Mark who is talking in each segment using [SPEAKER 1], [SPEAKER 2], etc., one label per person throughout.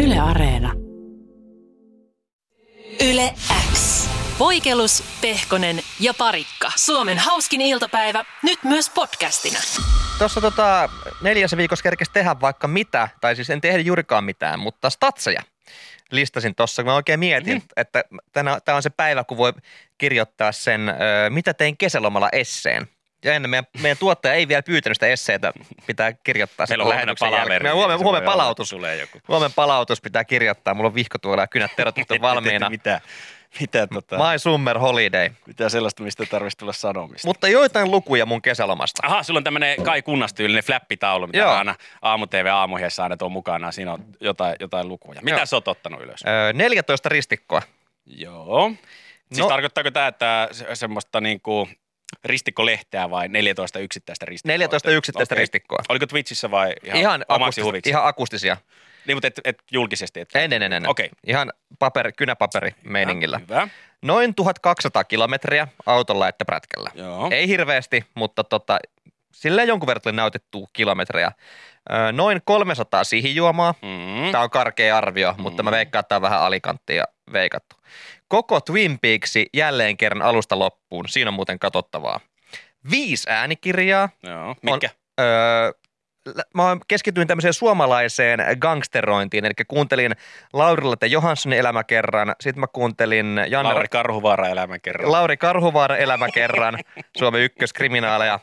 [SPEAKER 1] Yle Areena.
[SPEAKER 2] Yle X.
[SPEAKER 1] Voikelus, Pehkonen ja Parikka. Suomen hauskin iltapäivä, nyt myös podcastina.
[SPEAKER 3] Tuossa tota, neljässä viikossa kerkesi tehdä vaikka mitä, tai siis en tehdä juurikaan mitään, mutta statseja listasin tuossa, kun mä oikein mietin,
[SPEAKER 4] Mm-hmm.
[SPEAKER 3] mm. että tämä on se päivä, kun voi kirjoittaa sen, ö, mitä tein kesälomalla esseen. Ja ennen meidän, meidän tuottaja ei vielä pyytänyt sitä esseitä, pitää kirjoittaa
[SPEAKER 4] Meillä on
[SPEAKER 3] sen
[SPEAKER 4] huomenna
[SPEAKER 3] lähetyksen
[SPEAKER 4] palaveri,
[SPEAKER 3] jälkeen. Meillä
[SPEAKER 4] niin
[SPEAKER 3] on huomenna
[SPEAKER 4] se
[SPEAKER 3] huomenna
[SPEAKER 4] voi olla,
[SPEAKER 3] palautus.
[SPEAKER 4] että tulee joku.
[SPEAKER 3] Huomenna palautus pitää kirjoittaa. Mulla on vihko tuolla ja kynät terotettu valmiina.
[SPEAKER 4] mitä, mitä, tota,
[SPEAKER 3] My summer holiday.
[SPEAKER 4] mitä sellaista, mistä tarvitsisi tulla sanomista. Mut.
[SPEAKER 3] Mutta joitain lukuja mun kesälomasta.
[SPEAKER 4] Aha, sulla on tämmöinen Kai Kunnas tyylinen flappitaulu, mitä
[SPEAKER 3] Joo.
[SPEAKER 4] Joo. aina aamu TV aamuheessa aina tuo mukana. Siinä on jotain, jotain lukuja. Mitä
[SPEAKER 3] Joo.
[SPEAKER 4] Joo. sä oot ottanut ylös?
[SPEAKER 3] Ö, 14 ristikkoa.
[SPEAKER 4] Joo. Siis
[SPEAKER 3] No.
[SPEAKER 4] no. tarkoittaako tämä, että se- semmoista niinku ristikkolehteä vai 14 yksittäistä ristikkoa?
[SPEAKER 3] 14 yksittäistä
[SPEAKER 4] Okei.
[SPEAKER 3] ristikkoa.
[SPEAKER 4] Oliko Twitchissä vai
[SPEAKER 3] Ihan,
[SPEAKER 4] ihan, ihan omaksi
[SPEAKER 3] akustis-
[SPEAKER 4] huviksi? Ihan...
[SPEAKER 3] ihan akustisia.
[SPEAKER 4] Niin, mutta et, et julkisesti. Et...
[SPEAKER 3] En, en, en, en.
[SPEAKER 4] Okei.
[SPEAKER 3] Ihan paperi, kynäpaperi meiningillä.
[SPEAKER 4] Hyvä.
[SPEAKER 3] Noin 1200 kilometriä autolla että prätkällä.
[SPEAKER 4] Joo.
[SPEAKER 3] Ei hirveästi, mutta tota, sillä jonkun verran tuli näytettua kilometrejä. Ö, Noin 300 sihijuomaa.
[SPEAKER 4] Mm.
[SPEAKER 3] Tämä on karkea arvio, mutta mä
[SPEAKER 4] Mm.
[SPEAKER 3] veikkaan, että tämä on vähän alikanttia veikattu. Koko Twin Peaksi jälleen kerran alusta loppuun. Siinä on muuten katsottavaa. Viisi äänikirjaa.
[SPEAKER 4] Joo. Mikä?
[SPEAKER 3] Öö, lä- mä oon- keskityin tämmöiseen suomalaiseen gangsterointiin, eli kuuntelin Laurilla ja Johanssonin elämäkerran, sitten mä kuuntelin Janne
[SPEAKER 4] Lauri Karhuvaara elämän kerran.
[SPEAKER 3] Lauri Karhuvaara elämäkerran, Suomen ykköskriminaaleja.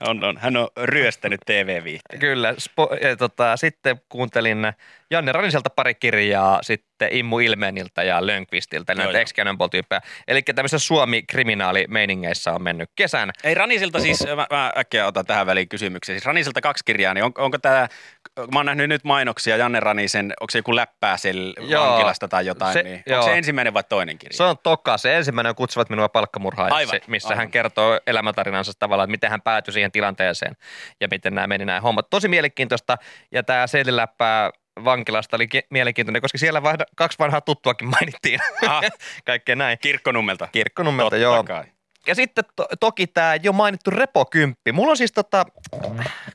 [SPEAKER 4] On, on. Hän on ryöstänyt TV-viihteen.
[SPEAKER 3] Kyllä, spo- ja tota, sitten kuuntelin Janne Raniselta pari kirjaa, sitten Immu Ilmeniltä ja Lönkvistiltä,
[SPEAKER 4] Joo,
[SPEAKER 3] näitä
[SPEAKER 4] joo.
[SPEAKER 3] ex tyyppejä Eli tämmöisissä suomi-kriminaalimeiningeissä on mennyt kesän.
[SPEAKER 4] Ei Ranisilta siis, mä, mä äkkiä otan tähän väliin kysymyksen. Siis Ranisilta kaksi kirjaa, niin on, onko tämä, mä oon nähnyt nyt mainoksia Janne Ranisen, onko se joku läppää siellä
[SPEAKER 3] Joo.
[SPEAKER 4] joo. vankilasta tai jotain,
[SPEAKER 3] Se-
[SPEAKER 4] se, niin
[SPEAKER 3] joo.
[SPEAKER 4] onko se ensimmäinen vai toinen kirja?
[SPEAKER 3] Se on toka. Se ensimmäinen on kutsuvat minua palkkamurhaajaksi,
[SPEAKER 4] Niin. Aivan,
[SPEAKER 3] missä
[SPEAKER 4] aivan.
[SPEAKER 3] hän kertoo elämäntarinansa tavallaan, että miten hän päätyi siihen tilanteeseen ja miten nämä meni nämä hommat. Tosi mielenkiintoista ja tämä seliläppää vankilasta oli ki- mielenkiintoinen, koska siellä vaihda, kaksi vanhaa tuttuakin mainittiin.
[SPEAKER 4] Aha,
[SPEAKER 3] Kaikkea näin.
[SPEAKER 4] Ah, kirkkonummelta.
[SPEAKER 3] Kirkkonummelta, joo.
[SPEAKER 4] Kai.
[SPEAKER 3] Ja sitten to, toki tämä jo mainittu repokymppi. Mulla on siis tota,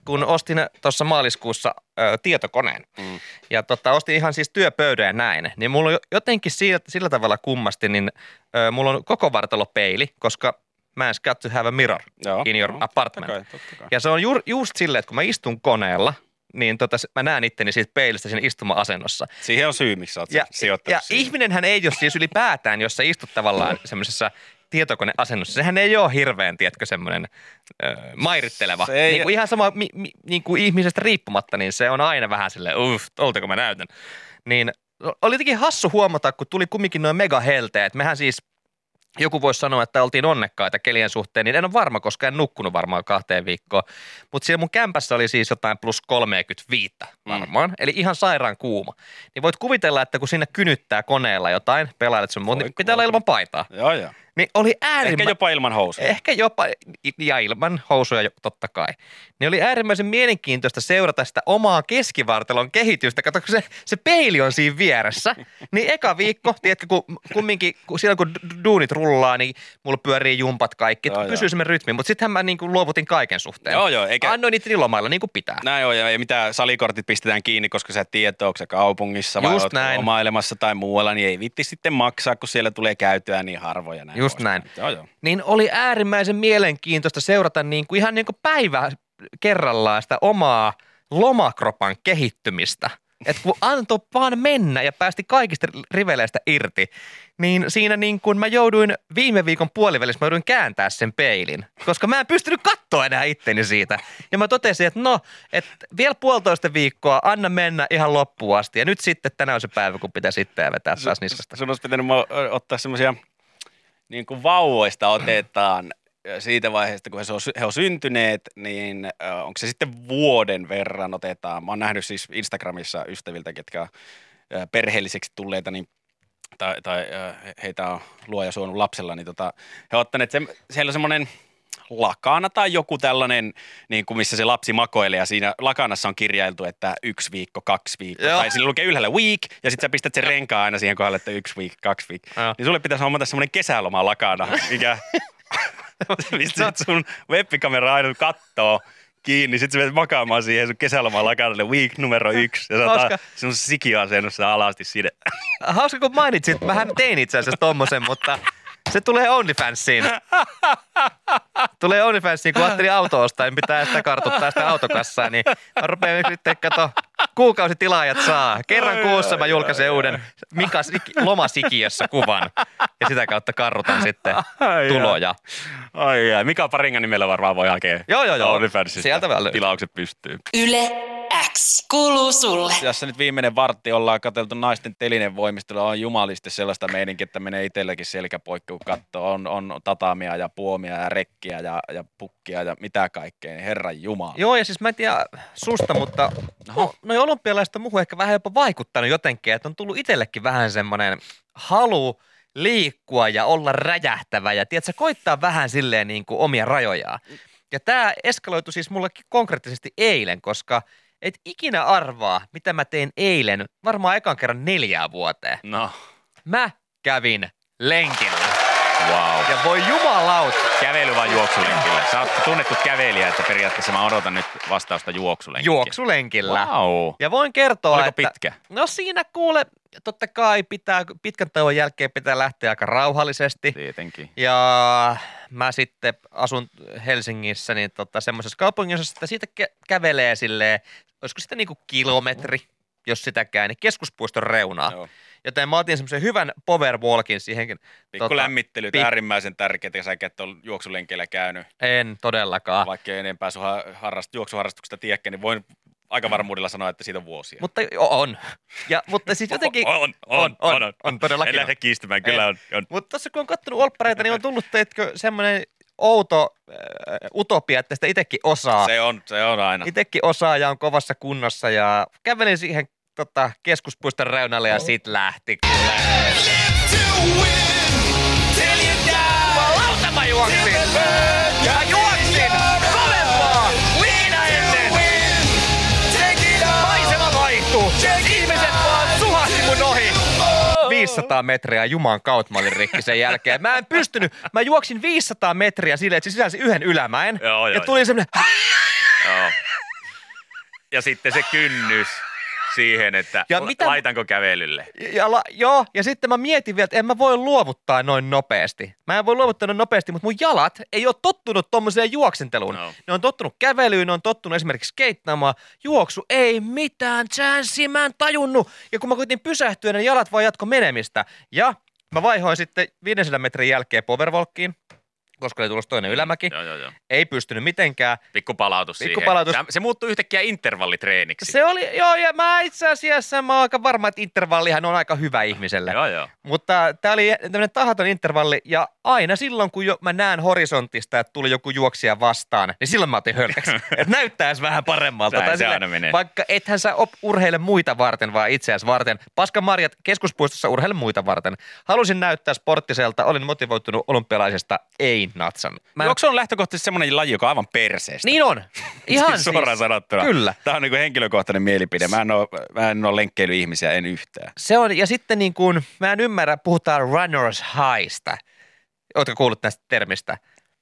[SPEAKER 3] kun ostin tuossa maaliskuussa ö, tietokoneen mm.
[SPEAKER 4] Mm.
[SPEAKER 3] ja tota, ostin ihan siis työpöydän ja näin, niin mulla on jo- jotenkin sillä, sillä tavalla kummasti, niin ö, mulla on koko vartalopeili, koska mä en got to have a mirror
[SPEAKER 4] Joo.
[SPEAKER 3] in your
[SPEAKER 4] Joo,
[SPEAKER 3] apartment.
[SPEAKER 4] Totta kai, totta kai.
[SPEAKER 3] Ja se on ju, just silleen, että kun mä istun koneella, niin tota, se- mä näen itteni siitä peilistä siinä istuma-asennossa.
[SPEAKER 4] Siihen on syy, miksi sä oot
[SPEAKER 3] Ja,
[SPEAKER 4] sijoittanut
[SPEAKER 3] ja
[SPEAKER 4] siihen.
[SPEAKER 3] ihminenhän ei ole siis ylipäätään, jos sä istut tavallaan semmoisessa tietokoneasennossa. Sehän ei ole hirveän, tiedätkö, semmoinen ö, mairitteleva.
[SPEAKER 4] Se ei-
[SPEAKER 3] Niin kuin ihan sama mi, mi, niin kuin ihmisestä riippumatta, niin se on aina vähän silleen, uff, oltako mä näytän. Niin oli jotenkin hassu huomata, kun tuli kumminkin noin megahelteet. Mehän siis, joku voisi sanoa, että oltiin onnekkaita kelien suhteen, niin en ole varma, koska en nukkunut varmaan kahteen viikkoon. Mutta siellä mun kämpässä oli siis jotain plus 35 varmaan, mm. eli ihan sairaan kuuma. Niin voit kuvitella, että kun sinne kynyttää koneella jotain, pelailet sun muuten,
[SPEAKER 4] Voi
[SPEAKER 3] pitää olla
[SPEAKER 4] kuule.
[SPEAKER 3] ilman paitaa.
[SPEAKER 4] Joo, joo.
[SPEAKER 3] Niin oli
[SPEAKER 4] Ehkä
[SPEAKER 3] äärimmäisen...
[SPEAKER 4] jopa ilman housuja.
[SPEAKER 3] Ehkä jopa, ja ilman housuja jo- totta kai. Niin oli äärimmäisen mielenkiintoista seurata sitä omaa keskivartalon kehitystä. Kato, kun se, se peili on siinä vieressä. Niin eka viikko, tiedätkö, kun kumminkin, kun silloin kun du- duunit rullaa, niin mulla pyörii jumpat kaikki.
[SPEAKER 4] Joo,
[SPEAKER 3] Joo,
[SPEAKER 4] joo.
[SPEAKER 3] pysyy semmoinen rytmi, mutta sittenhän mä niin kuin luovutin kaiken suhteen.
[SPEAKER 4] Joo, joo,
[SPEAKER 3] Eikä...
[SPEAKER 4] eikä,
[SPEAKER 3] Annoin niitä ilomailla niin kuin pitää.
[SPEAKER 4] Näin on, ja ei mitään salikortit pistetään kiinni, koska sä et tiedä, onko sä kaupungissa vai
[SPEAKER 3] Just
[SPEAKER 4] ootko
[SPEAKER 3] näin.
[SPEAKER 4] omailemassa tai muualla, niin ei vitti sitten maksaa, kun siellä tulee käytyä niin harvoja. Näin
[SPEAKER 3] Just
[SPEAKER 4] poispäin.
[SPEAKER 3] näin.
[SPEAKER 4] Joo, joo.
[SPEAKER 3] niin oli äärimmäisen mielenkiintoista seurata niin kuin ihan niin kuin päivä kerrallaan sitä omaa lomakropan kehittymistä. Et kun antoi vaan mennä ja päästi kaikista riveleistä irti, niin siinä niin kun mä jouduin viime viikon puolivälissä, mä jouduin kääntää sen peilin, koska mä en pystynyt katsoa enää itteni siitä. Ja mä totesin, että no, että vielä puolitoista viikkoa, anna mennä ihan loppuun asti. Ja nyt sitten tänään on se päivä, kun pitää sitten vetää taas niskasta.
[SPEAKER 4] Sun olisi pitänyt mo- ottaa semmoisia, niin kuin vauvoista otetaan siitä vaiheesta, kun he so- he on syntyneet, niin ö, onko se sitten vuoden verran otetaan. Mä oon nähnyt siis Instagramissa ystäviltä, ketkä on ö, perheelliseksi tulleita, niin tai, tai ö, he- heitä on luoja suonut lapsella, niin tota, he on ottaneet, sen, siellä on semmoinen lakana tai joku tällainen, niin kuin missä se lapsi makoilee ja siinä lakanassa on kirjailtu, että yksi viikko, kaksi viikkoa.
[SPEAKER 3] Joo.
[SPEAKER 4] Tai sillä lukee ylhäällä week ja sitten sä pistät sen renkaan aina siihen kohdalle, että yksi viikko, kaksi viikkoa.
[SPEAKER 3] Joo.
[SPEAKER 4] Niin sulle pitäisi hommata semmoinen kesäloma lakana, mikä mistä sit sun webbikameraa aina kattoo kiinni, sit sä menet makaamaan siihen sun kesäloman lakanille week numero yksi. Ja sä
[SPEAKER 3] Hauska.
[SPEAKER 4] oot semmoisessa sikiasennossa alasti sinne.
[SPEAKER 3] Hauska kun mainitsit, mähän tein itse asiassa tommosen, mutta se tulee OnlyFansiin. Tulee OnlyFansiin, kun ajattelin auto ostaa, en pitää sitä kartuttaa sitä autokassaa, niin mä rupean sitten kato, kuukausitilaajat saa. Kerran
[SPEAKER 4] Oi,
[SPEAKER 3] kuussa
[SPEAKER 4] oi,
[SPEAKER 3] mä
[SPEAKER 4] oi,
[SPEAKER 3] julkaisen uuden Mika Sik- lomasikiössä kuvan ja sitä kautta karrutan sitten
[SPEAKER 4] Ai
[SPEAKER 3] tuloja.
[SPEAKER 4] Ai jaa. Mika Paringan nimellä varmaan voi hakea.
[SPEAKER 3] Joo, joo, joo.
[SPEAKER 4] OnlyFansista.
[SPEAKER 3] Sieltä vähän löytyy.
[SPEAKER 4] Tilaukset pystyy.
[SPEAKER 1] Yle X kuuluu sulle.
[SPEAKER 4] Tässä nyt viimeinen vartti ollaan katseltu naisten telinen voimistelu. On jumalisti sellaista meininkiä, että menee itselläkin selkä poikki, kun katsoo. On, on tatamia ja puomia ja rekkiä ja, ja pukkia ja mitä kaikkea. Niin Herran Jumala.
[SPEAKER 3] Joo, ja siis mä en tiedä susta, mutta no, noi olympialaiset on muuhun ehkä vähän jopa vaikuttanut jotenkin, että on tullut itsellekin vähän semmoinen halu liikkua ja olla räjähtävä ja tiedätkö, koittaa vähän silleen niin kuin omia rajojaan. Ja tämä eskaloitu siis mullekin konkreettisesti eilen, koska et ikinä arvaa, mitä mä tein eilen, varmaan ekan kerran neljää vuoteen.
[SPEAKER 4] No,
[SPEAKER 3] Mä kävin lenkillä.
[SPEAKER 4] wow.
[SPEAKER 3] Ja voi jumalauta,
[SPEAKER 4] Kävely vai juoksulenkillä? Sä oot tunnettu kävelijä, että periaatteessa mä odotan nyt vastausta juoksulenkillä.
[SPEAKER 3] juoksulenkillä.
[SPEAKER 4] Wow.
[SPEAKER 3] Ja voin kertoa,
[SPEAKER 4] Oliko
[SPEAKER 3] että...
[SPEAKER 4] pitkä?
[SPEAKER 3] No siinä kuule, totta kai pitää, pitkän tauon jälkeen pitää lähteä aika rauhallisesti.
[SPEAKER 4] Niin. Tietenkin.
[SPEAKER 3] Ja mä sitten asun Helsingissä niin tota, semmoisessa kaupungissa, että siitä kä- kävelee silleen, olisiko sitä niinku kilometri, jos sitäkään, niin keskuspuiston reunaa. Joo.
[SPEAKER 4] Joo.
[SPEAKER 3] Joten mä otin semmoisen hyvän powerwalkin siihenkin.
[SPEAKER 4] Pikku
[SPEAKER 3] Tota,
[SPEAKER 4] lämmittelyt,
[SPEAKER 3] pik-
[SPEAKER 4] äärimmäisen tärkeää, että sä et ole juoksulenkeillä käynyt.
[SPEAKER 3] En todellakaan.
[SPEAKER 4] Vaikka ei enempää sun ha- harrast- juoksuharrastuksesta tiedäkään, niin voin aika varmuudella sanoa, että siitä on vuosia.
[SPEAKER 3] Mutta on. Ja, mutta siis jotenkin...
[SPEAKER 4] on,
[SPEAKER 3] on, on, on, todellakin
[SPEAKER 4] En lähde
[SPEAKER 3] on.
[SPEAKER 4] kiistämään, kyllä
[SPEAKER 3] Ei.
[SPEAKER 4] on. on.
[SPEAKER 3] Mutta tuossa kun on kattonut olppareita, niin on tullut teetkö semmoinen outo äh, utopia, että sitä itsekin osaa.
[SPEAKER 4] Se on, se on aina.
[SPEAKER 3] Itekin osaa ja on kovassa kunnossa ja kävelin siihen tota, keskuspuiston reunalle ja sit lähti. Jumalauta mä juoksin! Mä juoksin! Kovempaa! Liina ennen! Maisema vaihtuu! Ihmiset vaan suhasti mun ohi! 500 metriä juman kautta mä olin rikki sen jälkeen. Mä en pystynyt. Mä juoksin 500 metriä silleen, että se sisälsi yhden ylämäen.
[SPEAKER 4] Joo,
[SPEAKER 3] ja
[SPEAKER 4] joo,
[SPEAKER 3] tuli semmonen
[SPEAKER 4] Joo. Ja sitten se kynnys siihen, että
[SPEAKER 3] Ja
[SPEAKER 4] ja
[SPEAKER 3] mitä-
[SPEAKER 4] mitä... laitanko kävelylle.
[SPEAKER 3] Ja la, joo, ja sitten mä mietin vielä, että en mä voi luovuttaa noin nopeasti. Mä en voi luovuttaa noin nopeasti, mutta mun jalat ei ole tottunut tommoseen juoksenteluun. No.
[SPEAKER 4] No.
[SPEAKER 3] Ne on tottunut kävelyyn, ne on tottunut esimerkiksi keittaamaan. Juoksu ei mitään chanssiä, mä en tajunnut. Ja kun mä koitin pysähtyä, ne jalat vaan jatko menemistä. Ja mä vaihoin sitten 500 metrin jälkeen powerwalkiin, koska oli tulossa toinen ylämäki.
[SPEAKER 4] Joo, joo, joo.
[SPEAKER 3] Ei pystynyt mitenkään.
[SPEAKER 4] Pikku palautus
[SPEAKER 3] Pikku
[SPEAKER 4] siihen.
[SPEAKER 3] palautus.
[SPEAKER 4] Se, se muuttuu yhtäkkiä intervallitreeniksi.
[SPEAKER 3] Se oli, joo, ja mä itse asiassa, mä oon aika varma, että intervallihan on aika hyvä ihmiselle.
[SPEAKER 4] Joo, joo.
[SPEAKER 3] Mutta tämä oli tämmöinen tahaton intervalli ja aina silloin, kun jo mä näen horisontista, että tuli joku juoksija vastaan, niin silloin mä otin hölkäksi. että näyttäisi vähän paremmalta.
[SPEAKER 4] Näin
[SPEAKER 3] Tai
[SPEAKER 4] se aina menee.
[SPEAKER 3] Vaikka ethän sä op urheile muita varten, vaan itseäsi varten. Paska Marjat keskuspuistossa urheile muita varten. Halusin näyttää sporttiselta, olin motivoitunut olympialaisesta, ei natsan. Mä en-
[SPEAKER 4] Onko se on lähtökohtaisesti semmoinen laji, joka on aivan perseestä?
[SPEAKER 3] Niin on. Ihan
[SPEAKER 4] siis suoraan
[SPEAKER 3] siis.
[SPEAKER 4] sanottuna.
[SPEAKER 3] Kyllä.
[SPEAKER 4] Tämä on niin henkilökohtainen mielipide. Mä en ole, mä en ole lenkkeilyihmisiä, en yhtään.
[SPEAKER 3] Se on, ja sitten niin kuin, mä en ymmärrä, puhutaan runners highsta. Ootko kuullut tästä termistä?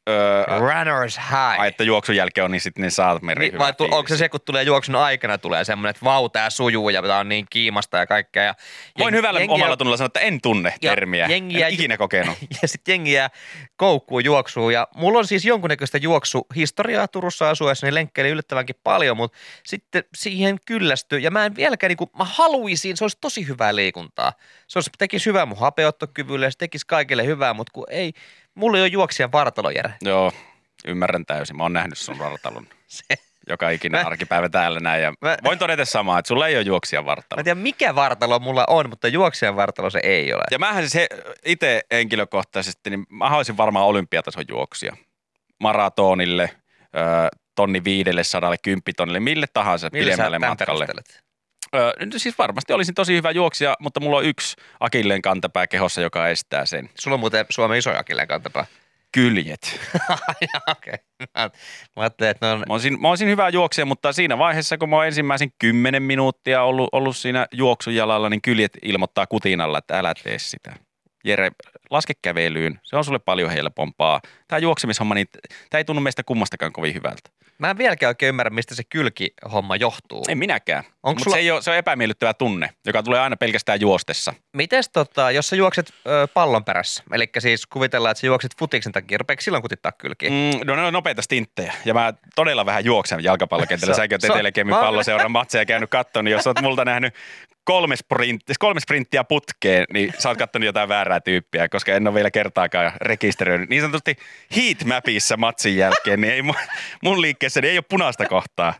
[SPEAKER 4] Öö,
[SPEAKER 3] Runners high.
[SPEAKER 4] ai, että juoksun jälkeen on, niin sitten ne saat meri
[SPEAKER 3] Niin, vai tu- onko se se, kun tulee juoksun aikana, tulee semmoinen, että vau, tää sujuu ja tää on niin kiimasta ja kaikkea. Ja
[SPEAKER 4] Voin
[SPEAKER 3] jeng-
[SPEAKER 4] hyvällä
[SPEAKER 3] jengiä-
[SPEAKER 4] omalla tunnolla sanoa, että en tunne
[SPEAKER 3] Ja
[SPEAKER 4] termiä.
[SPEAKER 3] jengiä-
[SPEAKER 4] Jengiä, en ikinä kokenut.
[SPEAKER 3] Ja sitten jengiä koukkuu juoksuu. Ja mulla on siis jonkunnäköistä juoksuhistoriaa Turussa asuessa, niin lenkkeili yllättävänkin paljon, mutta sitten siihen kyllästyy. Ja mä en vieläkään, niin kuin, mä haluaisin, se olisi tosi hyvää liikuntaa. Se olisi, tekisi hyvää mun hapeottokyvylle, se tekisi kaikille hyvää, mutta kun ei, mulla ei ole juoksijan vartalojärä.
[SPEAKER 4] Joo, ymmärrän täysin. Mä oon nähnyt sun vartalon
[SPEAKER 3] Se-
[SPEAKER 4] joka
[SPEAKER 3] Mä-
[SPEAKER 4] ikinen arkipäivä täällä näin. Ja
[SPEAKER 3] Mä-
[SPEAKER 4] voin todeta samaa, että sulla ei ole juoksija
[SPEAKER 3] Mä en
[SPEAKER 4] vartalo.
[SPEAKER 3] tiedä, mikä vartalo mulla on, mutta juoksijan vartalo se ei ole.
[SPEAKER 4] Ja mähän siis itse henkilökohtaisesti, niin mä haluaisin varmaan olympiatason juoksia. Maratonille, ö, tonni viidelle sadalle, kymppitonnille, mille tahansa
[SPEAKER 3] Millä sä
[SPEAKER 4] pidemmälle
[SPEAKER 3] tän
[SPEAKER 4] matkalle.
[SPEAKER 3] perustelet?
[SPEAKER 4] Öö, nyt siis varmasti olisin tosi hyvä juoksija, mutta mulla on yksi akilleen kantapää kehossa, joka estää sen.
[SPEAKER 3] Sulla on muuten Suomen iso akilleen kantapää.
[SPEAKER 4] Kyljet.
[SPEAKER 3] Okei. Okay. Mä ajattelin, että ne on...
[SPEAKER 4] Mä olisin, mä olisin hyvä juoksija, mutta siinä vaiheessa, kun mä oon ensimmäisen kymmenen minuuttia ollut, ollut siinä juoksujalalla, niin kyljet ilmoittaa kutinalla, että älä tee sitä. Jere, laske kävelyyn, se on sulle paljon helpompaa. Tämä juoksemishomma, niin tämä ei tunnu meistä kummastakaan kovin hyvältä.
[SPEAKER 3] Mä en vieläkään oikein ymmärrä, mistä se kylkihomma johtuu.
[SPEAKER 4] En minäkään,
[SPEAKER 3] Onko
[SPEAKER 4] mutta
[SPEAKER 3] sulla,
[SPEAKER 4] se, ei ole, se on epämiellyttävä tunne, joka tulee aina pelkästään juostessa.
[SPEAKER 3] mites tota, jos sä juokset ö, pallon perässä, eli siis kuvitellaan, että sä juokset futiksen takia, rupeeko silloin kutittaa kylkiin?
[SPEAKER 4] Mm, no ne on nopeita stinttejä ja mä todella vähän juoksen jalkapallokentällä.
[SPEAKER 3] Se-
[SPEAKER 4] Säkin oot
[SPEAKER 3] se-
[SPEAKER 4] Etelä-Kemin
[SPEAKER 3] mä oon-
[SPEAKER 4] palloseuran matseja käynyt kattoon, niin jos oot multa nähnyt kolme, sprint, kolme sprinttiä putkeen, niin sä oot kattonut jotain väärää tyyppiä, koska en ole vielä kertaakaan rekisteröinyt. Niin sanotusti heatmapissa matsin jälkeen, niin ei mun, mun liikkeessäni ei ole punaista kohtaa.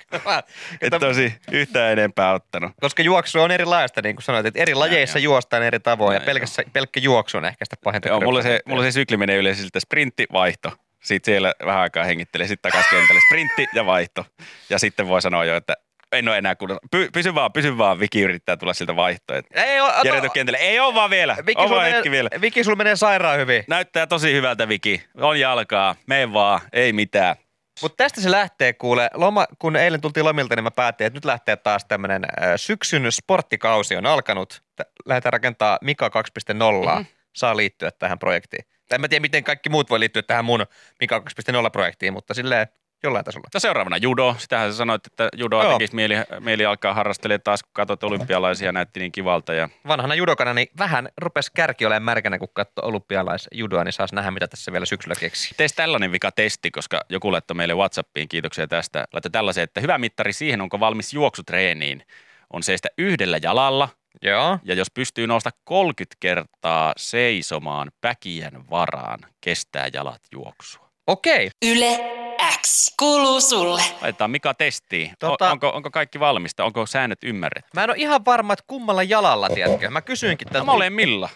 [SPEAKER 4] Et tosi yhtään enempää ottanut.
[SPEAKER 3] Koska juoksu on erilaista, niin kuin sanoit, että eri lajeissa
[SPEAKER 4] joo.
[SPEAKER 3] juostaan eri tavoin ja
[SPEAKER 4] Joo,
[SPEAKER 3] pelkässä, pelkkä juoksu on ehkä sitä pahinta.
[SPEAKER 4] Joo, mulla se,
[SPEAKER 3] kryptonittia.
[SPEAKER 4] mulla se sykli menee yleensä siltä sprintti, vaihto. Sitten siellä vähän aikaa hengittelee, sitten takaisin kentälle sprintti ja vaihto. Ja sitten voi sanoa jo, että en ole enää kunnossa. Py, pysy vaan, pysy vaan, Viki yrittää tulla siltä vaihtoa.
[SPEAKER 3] Ei, ota,
[SPEAKER 4] Jere tuu kentälle, ei ole vaan vielä,
[SPEAKER 3] Viki,
[SPEAKER 4] on
[SPEAKER 3] sulla
[SPEAKER 4] vaan
[SPEAKER 3] menee,
[SPEAKER 4] hetki vielä.
[SPEAKER 3] Viki, sulla menee sairaan hyvin.
[SPEAKER 4] Näyttää tosi hyvältä Viki, on jalkaa, mene vaan, ei mitään.
[SPEAKER 3] Mutta tästä se lähtee kuule. Loma, kun eilen tultiin lomilta, niin mä päätin, että nyt lähtee taas tämmöinen syksyn sporttikausi on alkanut. Tä- Lähdetään rakentaa Mika 2.0. Mm-hmm. Saa liittyä tähän projektiin. Tai en mä tiedä, miten kaikki muut voi liittyä tähän mun Mika 2.0-projektiin, mutta silleen jollain tasolla.
[SPEAKER 4] No seuraavana judo. Sitähän sä sanoit, että judoa
[SPEAKER 3] Joo.
[SPEAKER 4] tekisi mieli, mieli alkaa harrastelemaan taas, kun katsot olympialaisia, näytti niin kivalta. Ja
[SPEAKER 3] Vanhana judokana, niin vähän rupesi kärki olemaan märkänä, kun katsoi olympialaisjudoa, niin saas nähdä, mitä tässä vielä syksyllä keksii.
[SPEAKER 4] Tees tällainen vika testi, koska joku laittoi meille Whatsappiin, kiitoksia tästä. Laittoi tällaisen, että hyvä mittari siihen, onko valmis juoksutreeniin, on seistä yhdellä jalalla
[SPEAKER 3] Joo.
[SPEAKER 4] ja jos pystyy nousta 30 kertaa seisomaan päkien varaan, kestää jalat juoksua.
[SPEAKER 3] Okei.
[SPEAKER 1] Yle X kuuluu sulle.
[SPEAKER 4] Laitetaan Mika testiin.
[SPEAKER 3] Tota-
[SPEAKER 4] Tota... Onko, onko kaikki valmista? Onko säännöt ymmärretty?
[SPEAKER 3] Mä en ole ihan varma, että kummalla jalalla, tiedätkö? Mä kysyinkin
[SPEAKER 4] No,
[SPEAKER 3] tämän.
[SPEAKER 4] molemmilla.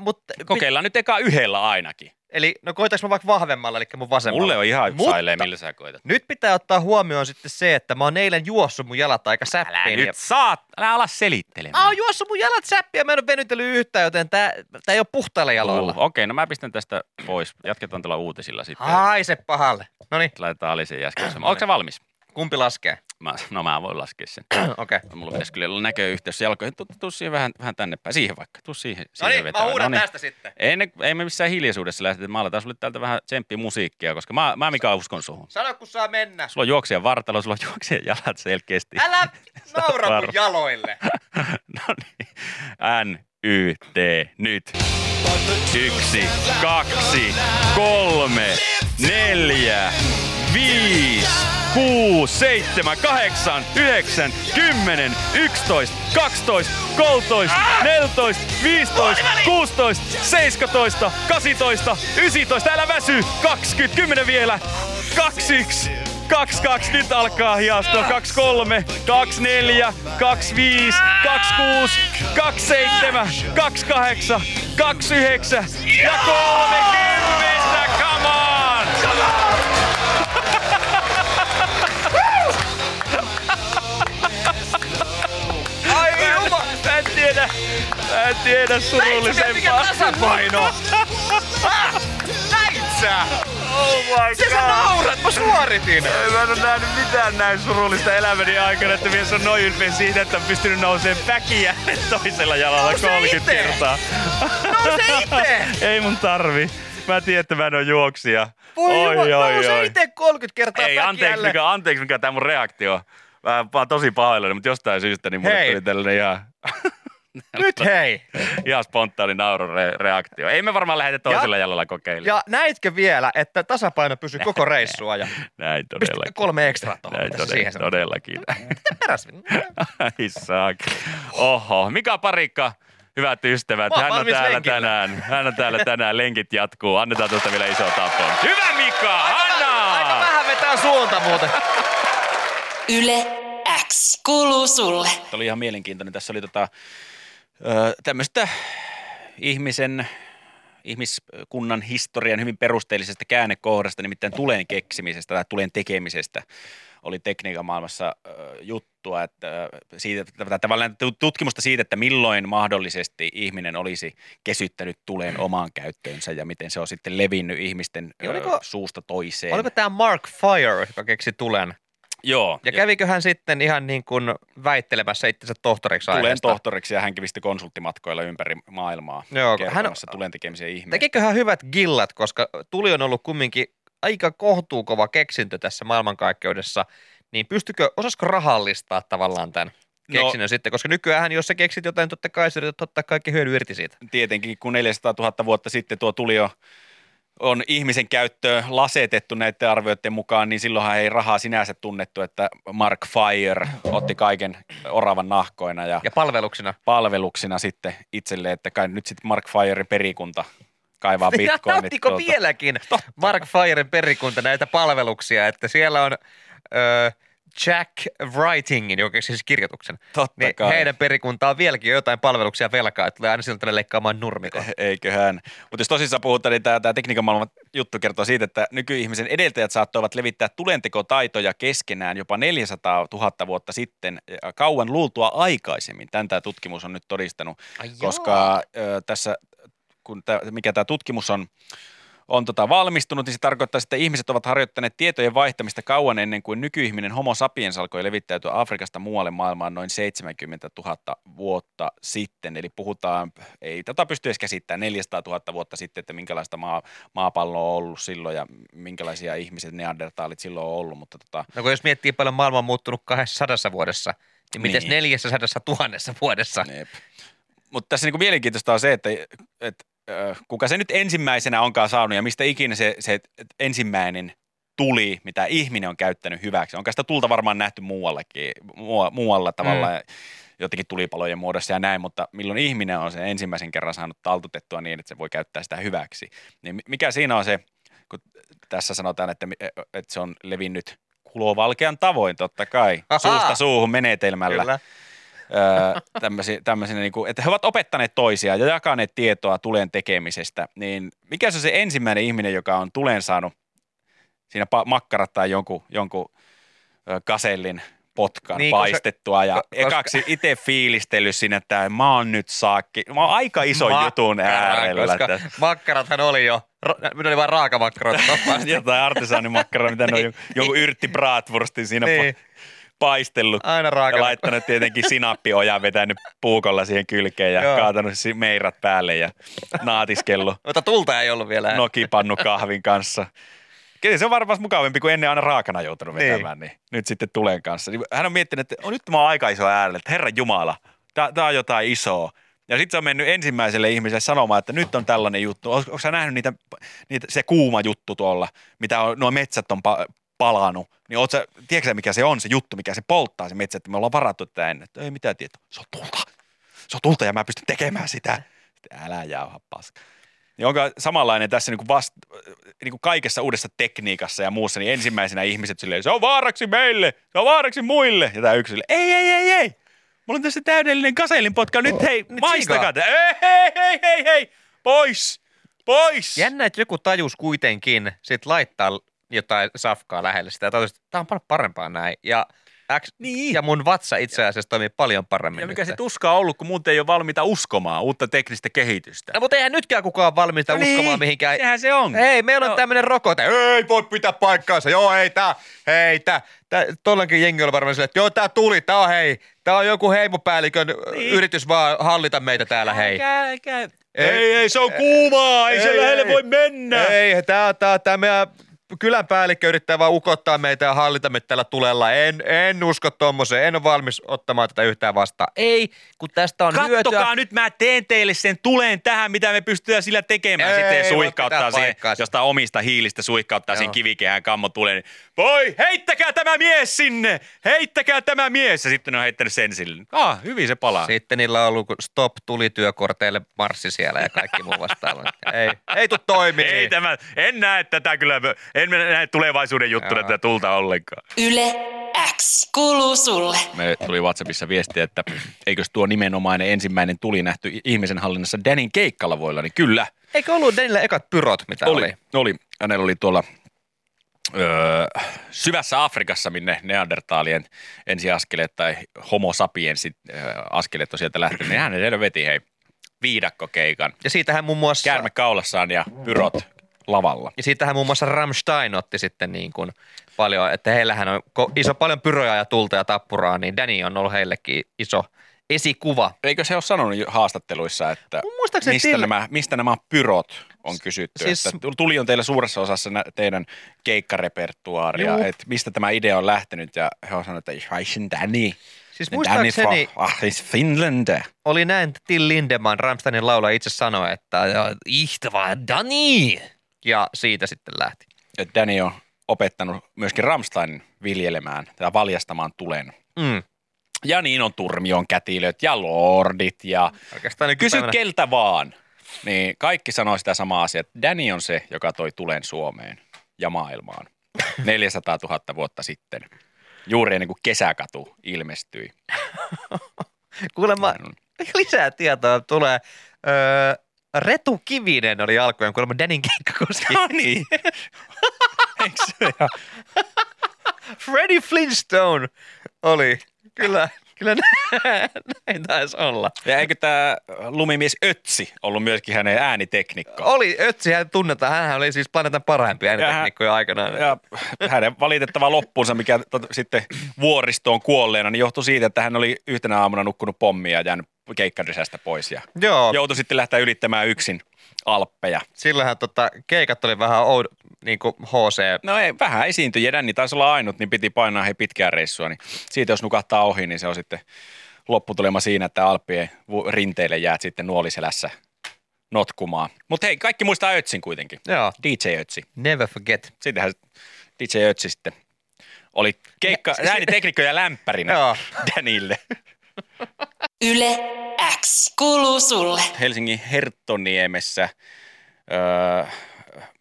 [SPEAKER 3] mutta,
[SPEAKER 4] Kokeillaan nyt eka yhdellä ainakin.
[SPEAKER 3] Eli no koitaks mä vaikka vahvemmalla, eli mun vasemmalla?
[SPEAKER 4] Mulle on ihan
[SPEAKER 3] Mutta-
[SPEAKER 4] sailee, millä sä koetat.
[SPEAKER 3] Nyt pitää ottaa huomioon sitten se, että mä oon eilen juossut mun jalat aika
[SPEAKER 4] Älä
[SPEAKER 3] säppiin.
[SPEAKER 4] nyt
[SPEAKER 3] ja-
[SPEAKER 4] saat, älä ala
[SPEAKER 3] Mä
[SPEAKER 4] selittelemään.
[SPEAKER 3] oon juossut mun jalat säppiin ja mä en ole venytellyt yhtään, joten tää, tää ei ole puhtailla jaloilla.
[SPEAKER 4] Okei, okay, no mä pistän tästä pois. Jatketaan tuolla uutisilla sitten.
[SPEAKER 3] Haise pahalle. No niin,
[SPEAKER 4] Laitetaan Alisen jäsken. Onko se valmis?
[SPEAKER 3] kumpi laskee?
[SPEAKER 4] Mä, no mä voin laskea sen.
[SPEAKER 3] Okei.
[SPEAKER 4] Mulla pitäisi kyllä olla näköyhteys jalkoihin. Tu, tuu siihen vähän, vähän tänne päin. Siihen vaikka. Tuu siihen.
[SPEAKER 3] No
[SPEAKER 4] siihen
[SPEAKER 3] niin, mä huudan
[SPEAKER 4] Noniin.
[SPEAKER 3] tästä sitten.
[SPEAKER 4] Ei, ne, ei me missään hiljaisuudessa lähtetä. Mä aletaan sulle täältä vähän tsemppimusiikkia, koska mä, mä Mika uskon suhun.
[SPEAKER 3] Sano, kun saa mennä.
[SPEAKER 4] Sulla on juoksija vartalo, sulla on juoksija jalat selkeästi.
[SPEAKER 3] Älä naura mun
[SPEAKER 4] varma.
[SPEAKER 3] jaloille.
[SPEAKER 4] No niin. N, Y, T, nyt. Yksi, kaksi, kolme, neljä, viisi, kuusi, seitsemän, kahdeksan, yhdeksän, kymmenen, yksitoista, kaksitoista, koltoista, neljätoista, viisitoista, kuusitoista, seitsemäntoista, kasitoista, ysitoista, älä väsy, kaksikymmentä, kymmenen vielä, kaksi, yksi, kaksi, kaksi, nyt alkaa hiastua, kaksi, kolme, kaksi, neljä, kaksi, viisi, kaksi, kuusi, kaksi, seitsemän, kaksi, kahdeksan, kaksi, yhdeksän ja kolme, kymmentä, come on!
[SPEAKER 3] Ai juma.
[SPEAKER 4] Mä en tiedä, mä en tiedä
[SPEAKER 3] mikä
[SPEAKER 4] surullisempaa.
[SPEAKER 3] tasapaino? Näit sä?
[SPEAKER 4] Oh my
[SPEAKER 3] Se sä
[SPEAKER 4] god.
[SPEAKER 3] naurat, mä suoritin.
[SPEAKER 4] Mä en ole nähnyt mitään näin surullista elämäni aikana, että mies on noin ylpeä siitä, että on pystynyt nousemaan päkiä toisella jalalla
[SPEAKER 3] Nouse
[SPEAKER 4] 30
[SPEAKER 3] itse!
[SPEAKER 4] kertaa.
[SPEAKER 3] Nouse itse!
[SPEAKER 4] Ei mun tarvi. Mä tiedän, että mä en ole juoksija.
[SPEAKER 3] Voi oi, oi, oi. se itse 30 kertaa
[SPEAKER 4] Ei, anteeksi mikä, anteeksi mikä tämä mun reaktio. on. Mä, mä oon tosi pahoillani, mutta jostain syystä niin mulle
[SPEAKER 3] Hei.
[SPEAKER 4] tuli tällainen ihan,
[SPEAKER 3] Nyt hei.
[SPEAKER 4] ihan spontaani naurun re- reaktio. Ei me varmaan lähdetä toisella
[SPEAKER 3] Ja-
[SPEAKER 4] jalalla kokeilemaan.
[SPEAKER 3] Ja näitkö vielä, että tasapaino pysyy koko reissua ja
[SPEAKER 4] Näin todellakin.
[SPEAKER 3] pistetään kolme ekstra tuohon.
[SPEAKER 4] Näin
[SPEAKER 3] Mitä sä
[SPEAKER 4] todella,
[SPEAKER 3] siihen sanot?
[SPEAKER 4] todellakin.
[SPEAKER 3] Peräs.
[SPEAKER 4] Ai saakka. Oho, Mika Parikka, hyvät ystävät,
[SPEAKER 3] Mä oon
[SPEAKER 4] hän on
[SPEAKER 3] valmis
[SPEAKER 4] täällä
[SPEAKER 3] lenkille.
[SPEAKER 4] tänään. Hän on täällä tänään, lenkit jatkuu. Annetaan tuosta vielä iso tapon. Hyvä Mika,
[SPEAKER 3] Aika
[SPEAKER 4] anna!
[SPEAKER 3] vähän vetää suunta muuten.
[SPEAKER 1] Yle X kuuluu sulle.
[SPEAKER 4] Tämä oli ihan mielenkiintoinen. Tässä oli tota, ö, tämmöistä ihmisen, ihmiskunnan historian hyvin perusteellisesta käännekohdasta, nimittäin tuleen keksimisestä tai tuleen tekemisestä oli tekniikan maailmassa ö, juttua, että ö, siitä, tai tavallaan tu- tutkimusta siitä, että milloin mahdollisesti ihminen olisi kesyttänyt tuleen omaan käyttöönsä ja miten se on sitten levinnyt ihmisten
[SPEAKER 3] Ja
[SPEAKER 4] ö,
[SPEAKER 3] oliko-
[SPEAKER 4] suusta toiseen.
[SPEAKER 3] Oliko tämä Mark Fire, joka keksi tulen?
[SPEAKER 4] Joo.
[SPEAKER 3] Ja kävikö hän sitten ihan niin kuin väittelemässä itsensä tohtoriksi
[SPEAKER 4] tulen
[SPEAKER 3] aiheesta?
[SPEAKER 4] tohtoriksi ja hän kivisti konsulttimatkoilla ympäri maailmaa
[SPEAKER 3] Joo, kun hän-
[SPEAKER 4] kertomassa tulen tekemisiä ihmeitä.
[SPEAKER 3] Tekikö hän hyvät gillat, koska tuli on ollut kumminkin aika kohtuukova keksintö tässä maailmankaikkeudessa, niin pystykö, osasko rahallistaa tavallaan tämän keksinnön no. sitten, koska nykyään jos sä keksit jotain, totta kai sä yrität ottaa kaikki hyödy irti siitä.
[SPEAKER 4] tietenkin, kun 400 000 vuotta sitten tuo tulio on ihmisen käyttöön lasetettu näiden arvioiden mukaan, niin silloinhan ei rahaa sinänsä tunnettu, että Mark Fire otti kaiken oravan nahkoina ja, ja.
[SPEAKER 3] Ja palveluksena.
[SPEAKER 4] palveluksina sitten itselle, että kai nyt sitten Mark Firen perikunta kaivaa
[SPEAKER 3] Ja
[SPEAKER 4] bitcoinit
[SPEAKER 3] Nauttiko vieläkin Mark Firen perikunta näitä palveluksia, että siellä on ö, Jack Writingin, joka siis kirjoituksen,
[SPEAKER 4] Totta
[SPEAKER 3] niin
[SPEAKER 4] kai.
[SPEAKER 3] heidän perikuntaa on vieläkin jo jotain palveluksia velkaa, että tulee aina siltä ne leikkaamaan
[SPEAKER 4] Eh,
[SPEAKER 3] nurmikon.
[SPEAKER 4] Eiköhän. Mutta jos tosissaan puhutaan, niin tämä tekniikan maailman juttu kertoo siitä, että nykyihmisen edeltäjät saattoivat levittää tulentekotaitoja keskenään jopa 400 000 vuotta sitten, ja kauan luultua aikaisemmin. Tämän tämä tutkimus on nyt todistanut,
[SPEAKER 3] Ai joo.
[SPEAKER 4] koska ö, tässä, kun tää, mikä tämä tutkimus on, on tota valmistunut, niin se tarkoittaa, että ihmiset ovat harjoittaneet tietojen vaihtamista kauan ennen kuin nykyihminen homo sapiens alkoi levittäytyä Afrikasta muualle maailmaan noin 70 000 vuotta sitten. Eli puhutaan, ei tätä pysty edes käsittämään, 400 000 vuotta sitten, että minkälaista maa, maapalloa on ollut silloin ja minkälaisia ihmiset neandertaalit silloin on ollut. Mutta tota,
[SPEAKER 3] No kun jos miettii paljon maailma on muuttunut 200 vuodessa, niin miten
[SPEAKER 4] Niin.
[SPEAKER 3] 400 000 vuodessa?
[SPEAKER 4] Jep. Mutta tässä niinku mielenkiintoista on se, että, että ö, kuka se nyt ensimmäisenä onkaan saanut ja mistä ikinä se, se ensimmäinen tuli, mitä ihminen on käyttänyt hyväksi. Onko sitä tulta varmaan nähty muuallakin, mua- muualla tavalla mm. jotenkin tulipalojen muodossa ja näin, mutta milloin ihminen on sen ensimmäisen kerran saanut taltutettua niin, että se voi käyttää sitä hyväksi. Niin mi- mikä siinä on se, kun tässä sanotaan, että, mi- ö, että se on levinnyt kulovalkean tavoin totta kai,
[SPEAKER 3] Ahaa.
[SPEAKER 4] suusta suuhun menetelmällä öö, tämmöisenä, niin kuin, että he ovat opettaneet toisia ja jakaneet tietoa tulen tekemisestä, niin mikä se on se ensimmäinen ihminen, joka on tulen saanut siinä pa- makkarat tai jonkun, jonkun ö, kasellin potkan
[SPEAKER 3] Niin,
[SPEAKER 4] niin,
[SPEAKER 3] kun se-
[SPEAKER 4] paistettua ja
[SPEAKER 3] ko- koska-
[SPEAKER 4] ekaksi itse fiilistellyt siinä, että mä oon nyt saakki, mä oon aika ison
[SPEAKER 3] Makkara,
[SPEAKER 4] jutun äärellä.
[SPEAKER 3] Koska
[SPEAKER 4] että-
[SPEAKER 3] makkarathan oli jo, ra- ne oli vaan raakamakkarat. vapaasti.
[SPEAKER 4] jotain artesaanimakkaraa, mitä ne on jo- jonkun yrtti bratwurstin siinä
[SPEAKER 3] Niin.
[SPEAKER 4] niin. paistellut.
[SPEAKER 3] Aina raaka-
[SPEAKER 4] Ja laittanut tietenkin sinappiojan, vetänyt puukolla siihen kylkeen ja
[SPEAKER 3] Joo.
[SPEAKER 4] Joo. kaatanut si- meirat päälle ja naatiskellut
[SPEAKER 3] Mutta tulta ei ollut vielä.
[SPEAKER 4] nokipannu kahvin kanssa. Kyllä se on varmaan mukavampi, kuin ennen aina raakana joutunut
[SPEAKER 3] Niin.
[SPEAKER 4] vetämään, niin, nyt sitten tulen kanssa. Niin Hän on miettinyt, että "Oh, nyt mä oon aika iso äärellä, että herra Jumala, tämä on jotain isoa. Ja sitten se on mennyt ensimmäiselle ihmiselle sanomaan, että nyt on tällainen juttu. Onko sä nähnyt niitä, niitä, se kuuma juttu tuolla, mitä on, nuo metsät on pa- palanut? Niin oot sä, tiedätkö sä, mikä se on se juttu, mikä se polttaa se metsä, että me ollaan varattu tätä ennen. Että ei mitään tietoa, se on tulta. Se on tulta ja mä pystyn tekemään sitä. Sitten älä jauha paska. Niin onko samanlainen tässä niin kuin vast, niin kuin kaikessa uudessa tekniikassa ja muussa, niin ensimmäisenä ihmiset silleen, se on vaaraksi meille, se on vaaraksi muille. Ja tämä yksi silleen, ei, ei, ei, ei. Mulla on tässä täydellinen kaselinpotka, Oh, nyt hei,
[SPEAKER 3] nyt
[SPEAKER 4] maistakaa. tää. Ei, hei, hei, hei, hei, pois, pois.
[SPEAKER 3] Jännä, että joku tajus kuitenkin sit laittaa jotain safkaa lähelle sitä. Tämä on paljon parempaa näin. Ja, X,
[SPEAKER 4] Niin.
[SPEAKER 3] ja mun vatsa itse asiassa toimii paljon paremmin.
[SPEAKER 4] Ja mikä
[SPEAKER 3] nyt.
[SPEAKER 4] se tuska on ollut, kun muuten ei ole valmiita uskomaan uutta teknistä kehitystä.
[SPEAKER 3] No mutta eihän nytkään kukaan valmista
[SPEAKER 4] No niin,
[SPEAKER 3] uskomaan mihinkään.
[SPEAKER 4] Sehän se on.
[SPEAKER 3] Hei, meillä on
[SPEAKER 4] No.
[SPEAKER 3] tämmöinen rokote. Ei voi pitää paikkaansa. Joo, ei tää, hei tää. tää Tollankin jengi oli varmaan silleen, että joo tää tuli, tää on hei. Tää on joku heimopäällikön niin.
[SPEAKER 4] Niin.
[SPEAKER 3] yritys vaan hallita meitä täällä, hei.
[SPEAKER 4] Käy, käy. Ei, ei, se on kuumaa, ei, se
[SPEAKER 3] Ei,
[SPEAKER 4] lähelle
[SPEAKER 3] ei.
[SPEAKER 4] voi mennä.
[SPEAKER 3] Ei, tää, tää, tää meidän kylän päällikkö yrittää vaan ukottaa meitä ja hallita meitä tällä tulella. En, en usko tommoseen, en ole valmis ottamaan tätä yhtään vastaan. Ei, kun tästä on hyötyä.
[SPEAKER 4] Kattokaa nyt, mä teen teille sen tuleen tähän, mitä me pystytään sillä tekemään.
[SPEAKER 3] Ei,
[SPEAKER 4] Sitten
[SPEAKER 3] voi
[SPEAKER 4] jos
[SPEAKER 3] pitää
[SPEAKER 4] suihkauttaa siihen,
[SPEAKER 3] paikkaansa.
[SPEAKER 4] jostain omista hiilistä suihkauttaa siihen
[SPEAKER 3] Joo.
[SPEAKER 4] kivikehään kammo tulee. Niin, voi, heittäkää tämä mies sinne! Heittäkää tämä mies! Ja sitten ne on heittänyt sen sille. Ah, hyvin se palaa.
[SPEAKER 3] Sitten niillä on ollut kun stop tuli työkorteille marssi siellä ja kaikki muu vastaava. ei, ei tuu toimii.
[SPEAKER 4] Ei tämä, en näe tätä kyllä, en näe tulevaisuuden juttuna
[SPEAKER 3] Joo.
[SPEAKER 4] tätä tulta ollenkaan.
[SPEAKER 1] Yle X. Kuuluu sulle.
[SPEAKER 4] Meille tuli WhatsAppissa viestiä, että eikös tuo nimenomainen ensimmäinen tuli nähty ihmisen hallinnassa Danin keikkalavoilla, niin kyllä.
[SPEAKER 3] Eikö ollut Denillä ekat pyrot, mitä oli?
[SPEAKER 4] oli. oli. Hänellä oli tuolla öö, syvässä Afrikassa, minne neandertaalien ensiaskeleet tai homo sapiensit öö, askeleet on sieltä lähtenyt, niin hän edelleen veti hei viidakkokeikan.
[SPEAKER 3] Ja siitähän muun muassa...
[SPEAKER 4] Käärme kaulassaan ja pyrot lavalla.
[SPEAKER 3] Ja siitähän muun muassa Rammstein otti sitten niin kuin paljon, että heillähän on ko- iso paljon pyroja ja tulta ja tappuraa, niin Danny on ollut heillekin iso esikuva.
[SPEAKER 4] Eikö se ole sanonut jo haastatteluissa, että
[SPEAKER 3] Mun muistaakseni
[SPEAKER 4] mistä,
[SPEAKER 3] Till-
[SPEAKER 4] nämä, mistä nämä pyrot on kysytty?
[SPEAKER 3] siis-
[SPEAKER 4] Siis... Että tuli on teillä suuressa osassa nä- teidän keikkarepertuaaria,
[SPEAKER 3] Juu.
[SPEAKER 4] että mistä tämä idea on lähtenyt ja he on sanonut, että ich weiß Danny.
[SPEAKER 3] Siis
[SPEAKER 4] niin Danny
[SPEAKER 3] muistaakseni
[SPEAKER 4] fra ah, is Finland.
[SPEAKER 3] oli näin, että Till Lindemann, Rammsteinin laulaja itse sanoi, että ihtava Danny. Ja siitä sitten lähti.
[SPEAKER 4] Että Danny on opettanut myöskin Rammsteinin viljelemään tai valjastamaan tulen.
[SPEAKER 3] Mm.
[SPEAKER 4] Ja niin on Turmion kätilöt ja lordit ja
[SPEAKER 3] Oikeastaan
[SPEAKER 4] Kysy
[SPEAKER 3] nykypäivänä-
[SPEAKER 4] keltä vaan. Niin kaikki sanoo sitä samaa asiaa, että Danny on se, joka toi tulen Suomeen ja maailmaan 400 000 vuotta sitten. Juuri ennen kuin kesäkatu ilmestyi.
[SPEAKER 3] Kuulemma
[SPEAKER 4] Mm.
[SPEAKER 3] lisää tietoa tulee. Öö, Retu Kivinen oli alkujen kuulemma Danin keikkakuski.
[SPEAKER 4] No niin. Eikö se ihan?
[SPEAKER 3] Freddy Flintstone oli. Kyllä, kyllä näin, näin taisi olla.
[SPEAKER 4] Ja eikö tämä lumimies Ötsi ollut myöskin hänen ääniteknikko?
[SPEAKER 3] Oli, Ötsihän tunnetaan, hän oli siis planeetan parhaimpia äänitekniikkoja aikanaan.
[SPEAKER 4] Ja hänen valitettava loppuunsa, mikä tot- sitten vuoristoon kuolleena, niin johtui siitä, että hän oli yhtenä aamuna nukkunut pommia ja jäänyt keikkarysästä pois. Ja
[SPEAKER 3] Joo,
[SPEAKER 4] joutui sitten lähteä ylittämään yksin Alppeja.
[SPEAKER 3] sillähän tota, keikat oli vähän oud, niin kuin HC
[SPEAKER 4] No ei, vähän esiintyi. Ja Danni taisi olla ainut, niin piti painaa he pitkään reissua. Niin siitä jos nukahtaa ohi, niin se on sitten lopputulema siinä, että Alppien vu- rinteille jäät sitten nuoliselässä notkumaan. Mutta hei, kaikki muistaa Ötsin kuitenkin.
[SPEAKER 3] Joo,
[SPEAKER 4] DJ Ötsi.
[SPEAKER 3] never forget.
[SPEAKER 4] Siitähän DJ Ötsi sitten oli keikka,
[SPEAKER 3] Ja-
[SPEAKER 4] ääniteknikkoja lämpärinä
[SPEAKER 3] Joo.
[SPEAKER 4] Danille.
[SPEAKER 1] Yle X kuuluu sulle.
[SPEAKER 4] Helsingin Herttoniemessä öö,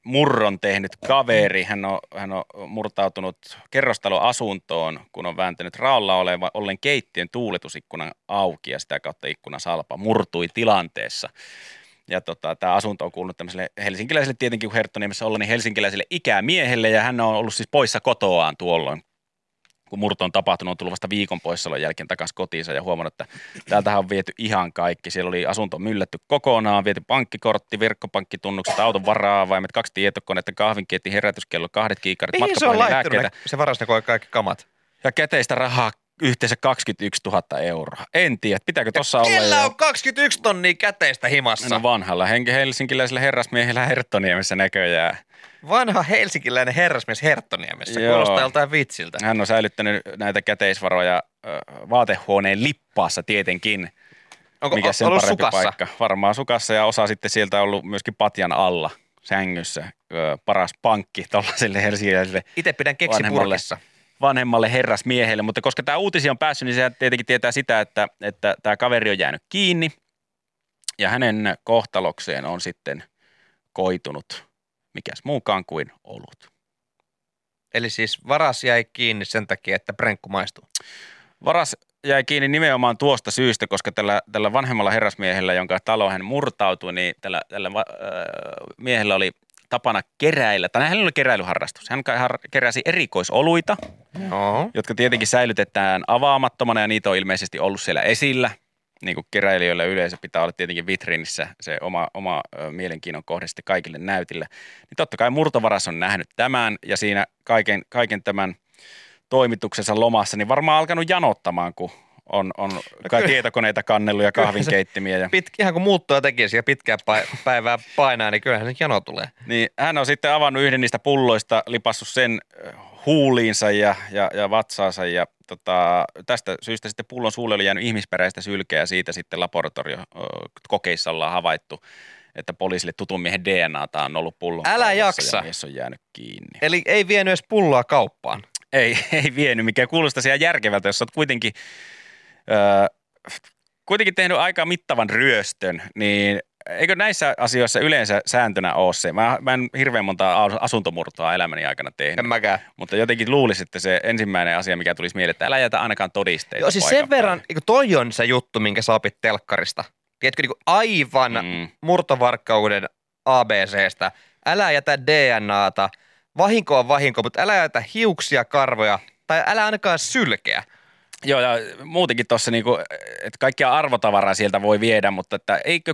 [SPEAKER 4] murron tehnyt kaveri. Hän on, hän on murtautunut kerrostaloasuntoon, kun on vääntänyt raalla oleva, ollen keittiön tuuletusikkunan auki ja sitä kautta ikkunasalpa murtui tilanteessa. Ja tota, tämä asunto on kuulunut tämmöiselle helsinkiläiselle, tietenkin kun Herttoniemessä ollaan, niin helsinkiläiselle ikämiehelle ja hän on ollut siis poissa kotoaan tuolloin kun murto on tapahtunut, on tullut vasta viikon poissaolon jälkeen takaisin kotiinsa ja huomannut, että täältähän on viety ihan kaikki. Siellä oli asunto myllätty kokonaan, viety pankkikortti, verkkopankkitunnukset, auton varaavaimet, kaksi tietokonetta, kahvinkeetti, herätyskello, kahdet kiikarit,
[SPEAKER 3] Mihin se on
[SPEAKER 4] matkapuhelin,
[SPEAKER 3] laittanut?
[SPEAKER 4] lääkkeitä
[SPEAKER 3] Ne, se varasi ne ko- kaikki kamat.
[SPEAKER 4] ja käteistä rahaa yhteensä 21 000 euroa. En tiedä, pitääkö tuossa olla
[SPEAKER 3] Kellä
[SPEAKER 4] jo-
[SPEAKER 3] on 21 tonnia käteistä himassa?
[SPEAKER 4] No vanhalla henki helsinkiläisellä herrasmiehellä Herttoniemessä näköjään.
[SPEAKER 3] Vanha helsinkiläinen herrasmies Herttoniemessä.
[SPEAKER 4] Joo.
[SPEAKER 3] Kuulostaa joltain vitsiltä.
[SPEAKER 4] Hän on säilyttänyt näitä käteisvaroja ö, vaatehuoneen lippaassa tietenkin.
[SPEAKER 3] Onko
[SPEAKER 4] Mikä
[SPEAKER 3] o-
[SPEAKER 4] sen
[SPEAKER 3] ollut
[SPEAKER 4] parempi
[SPEAKER 3] sukassa?
[SPEAKER 4] paikka? Varmaan sukassa ja osa sitten sieltä ollut myöskin patjan alla sängyssä. Ö, paras pankki tuollaiselle helsinkiläiselle
[SPEAKER 3] Itse pidän
[SPEAKER 4] Vanhemmalle.
[SPEAKER 3] keksipurkissa.
[SPEAKER 4] vanhemmalle herrasmiehelle, mutta koska tämä uutisia on päässyt, niin se tietenkin tietää sitä, että, että tämä kaveri on jäänyt kiinni ja hänen kohtalokseen on sitten koitunut mikäs muukaan kuin olut.
[SPEAKER 3] Eli siis varas jäi kiinni sen takia, että prenkku maistuu.
[SPEAKER 4] Varas jäi kiinni nimenomaan tuosta syystä, koska tällä, tällä vanhemmalla herrasmiehellä, jonka talo hän murtautui, niin tällä, tällä va- äh, miehellä oli tapana keräillä, tai hänellä oli keräilyharrastus. Hän kai har- keräsi erikoisoluita,
[SPEAKER 3] Joo.
[SPEAKER 4] jotka tietenkin säilytetään avaamattomana ja niitä on ilmeisesti ollut siellä esillä. Niin kuin keräilijöillä yleensä pitää olla tietenkin vitriinissä se oma, oma ö, mielenkiinnon kohde sitten kaikille näytille. Niin totta kai murtovaras on nähnyt tämän ja siinä kaiken, kaiken tämän toimituksensa lomassa, niin varmaan alkanut janottamaan, kun on, on kai
[SPEAKER 3] kyllä.
[SPEAKER 4] tietokoneita kannellut ja
[SPEAKER 3] No Kyllä se-
[SPEAKER 4] kahvinkeittimiä. Ja,
[SPEAKER 3] Pit, ihan kun muuttoa tekisi ja pitkää pa- päivää painaa, niin kyllähän se jano tulee.
[SPEAKER 4] niin hän on sitten avannut yhden niistä pulloista, lipassut sen ö, huuliinsa ja, ja, ja vatsaansa ja tota, tästä syystä sitten pullon suulle oli jäänyt ihmisperäistä sylkeä ja siitä sitten laboratoriokokeissa ollaan havaittu, että poliisille tutun miehen DNAta on ollut pullon
[SPEAKER 3] Älä
[SPEAKER 4] pallossa
[SPEAKER 3] jaksa.
[SPEAKER 4] Ja mies on jäänyt kiinni.
[SPEAKER 3] Eli ei vienyt edes pulloa kauppaan.
[SPEAKER 4] Ei, ei vienyt, mikä kuulostaa ihan järkevältä, jos olet kuitenkin, öö, kuitenkin tehnyt aika mittavan ryöstön, niin eikö näissä asioissa yleensä sääntönä ole se? Mä, mä en hirveän monta au- asuntomurtoa elämäni aikana tehnyt,
[SPEAKER 3] En mäkään.
[SPEAKER 4] mutta jotenkin luulisin, että se ensimmäinen asia, mikä tulisi mieleen, että älä jätä ainakaan todisteita
[SPEAKER 3] Joo, siis
[SPEAKER 4] paikan
[SPEAKER 3] sen verran,
[SPEAKER 4] päälle.
[SPEAKER 3] eikö toi on se juttu, minkä sä opit telkkarista. Tiedätkö, niin kuin aivan mm.
[SPEAKER 4] Mm.
[SPEAKER 3] murtovarkkauden ABCstä. Älä jätä DNAta. Vahinko on vahinko, mutta älä jätä hiuksia, karvoja tai älä ainakaan sylkeä.
[SPEAKER 4] Joo, ja muutenkin tuossa, niinku, että kaikkia arvotavaraa sieltä voi viedä, mutta että eikö,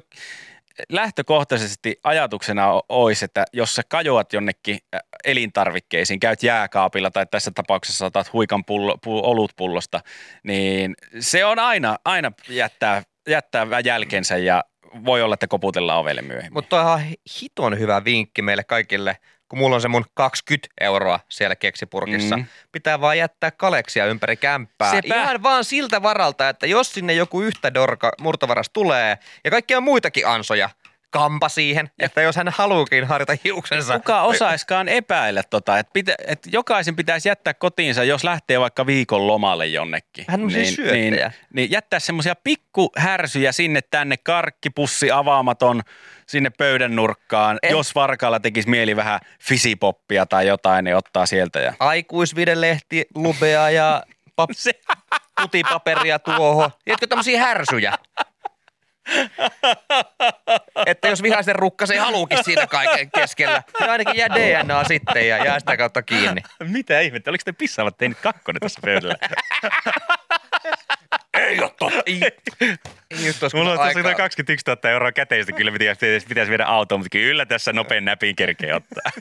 [SPEAKER 4] lähtökohtaisesti ajatuksena o- olisi, että jos sä kajoat jonnekin äh, elintarvikkeisiin, käyt jääkaapilla tai tässä tapauksessa otat huikan pullo, pu, olutpullosta, niin se on aina, aina jättää, jättää vä- jälkensä ja voi olla, että koputellaan ovelle myöhemmin. Mut,
[SPEAKER 3] Mutta toi on ihan hiton hyvä vinkki meille kaikille, kun mulla on se mun 20 euroa siellä keksipurkissa.
[SPEAKER 4] Mm.
[SPEAKER 3] Mm. Pitää vaan jättää kaleksia ympäri kämppää.
[SPEAKER 4] Sepä.
[SPEAKER 3] Sepä. Ihan vaan siltä varalta, että jos sinne joku yhtä dorka murtovaras tulee ja kaikkia muitakin ansoja, kampa siihen, että jos hän haluukin harjata hiuksensa.
[SPEAKER 4] Kuka osaiskaan epäillä tota, että, pitä, että jokaisen pitäisi jättää kotiinsa, jos lähtee vaikka viikon lomalle jonnekin.
[SPEAKER 3] Vähän tämmösiä
[SPEAKER 2] siis
[SPEAKER 4] niin,
[SPEAKER 3] syöttejä.
[SPEAKER 4] niin jättää semmoisia pikkuhärsyjä sinne tänne, karkkipussi avaamaton sinne pöydän nurkkaan.
[SPEAKER 2] Eh.
[SPEAKER 3] En-
[SPEAKER 4] Jos varkaalla tekisi mieli vähän fisipoppia tai jotain, niin ottaa sieltä. Ja...
[SPEAKER 3] Aikuisvidelehti, lubea ja pap-
[SPEAKER 4] Se,
[SPEAKER 3] putipaperia tuohon. Tiedätkö tämmöisiä härsyjä? että jos vihaisen rukka, se haluukin siinä kaiken keskellä. Niin ainakin jää DNA sitten ja jää sitä kautta kiinni.
[SPEAKER 4] mitä ihmettä, oliko te pissaavat teinit kakkonen tässä pöydällä?
[SPEAKER 3] Ei ole totta. Ei, ei nyt olisi
[SPEAKER 2] Mulla on tässä
[SPEAKER 3] aikaa.
[SPEAKER 2] noin 21 000 euroa käteistä, kyllä pitäisi, pitäisi viedä autoon, mutta kyllä tässä nopein näpin kerkeä ottaa.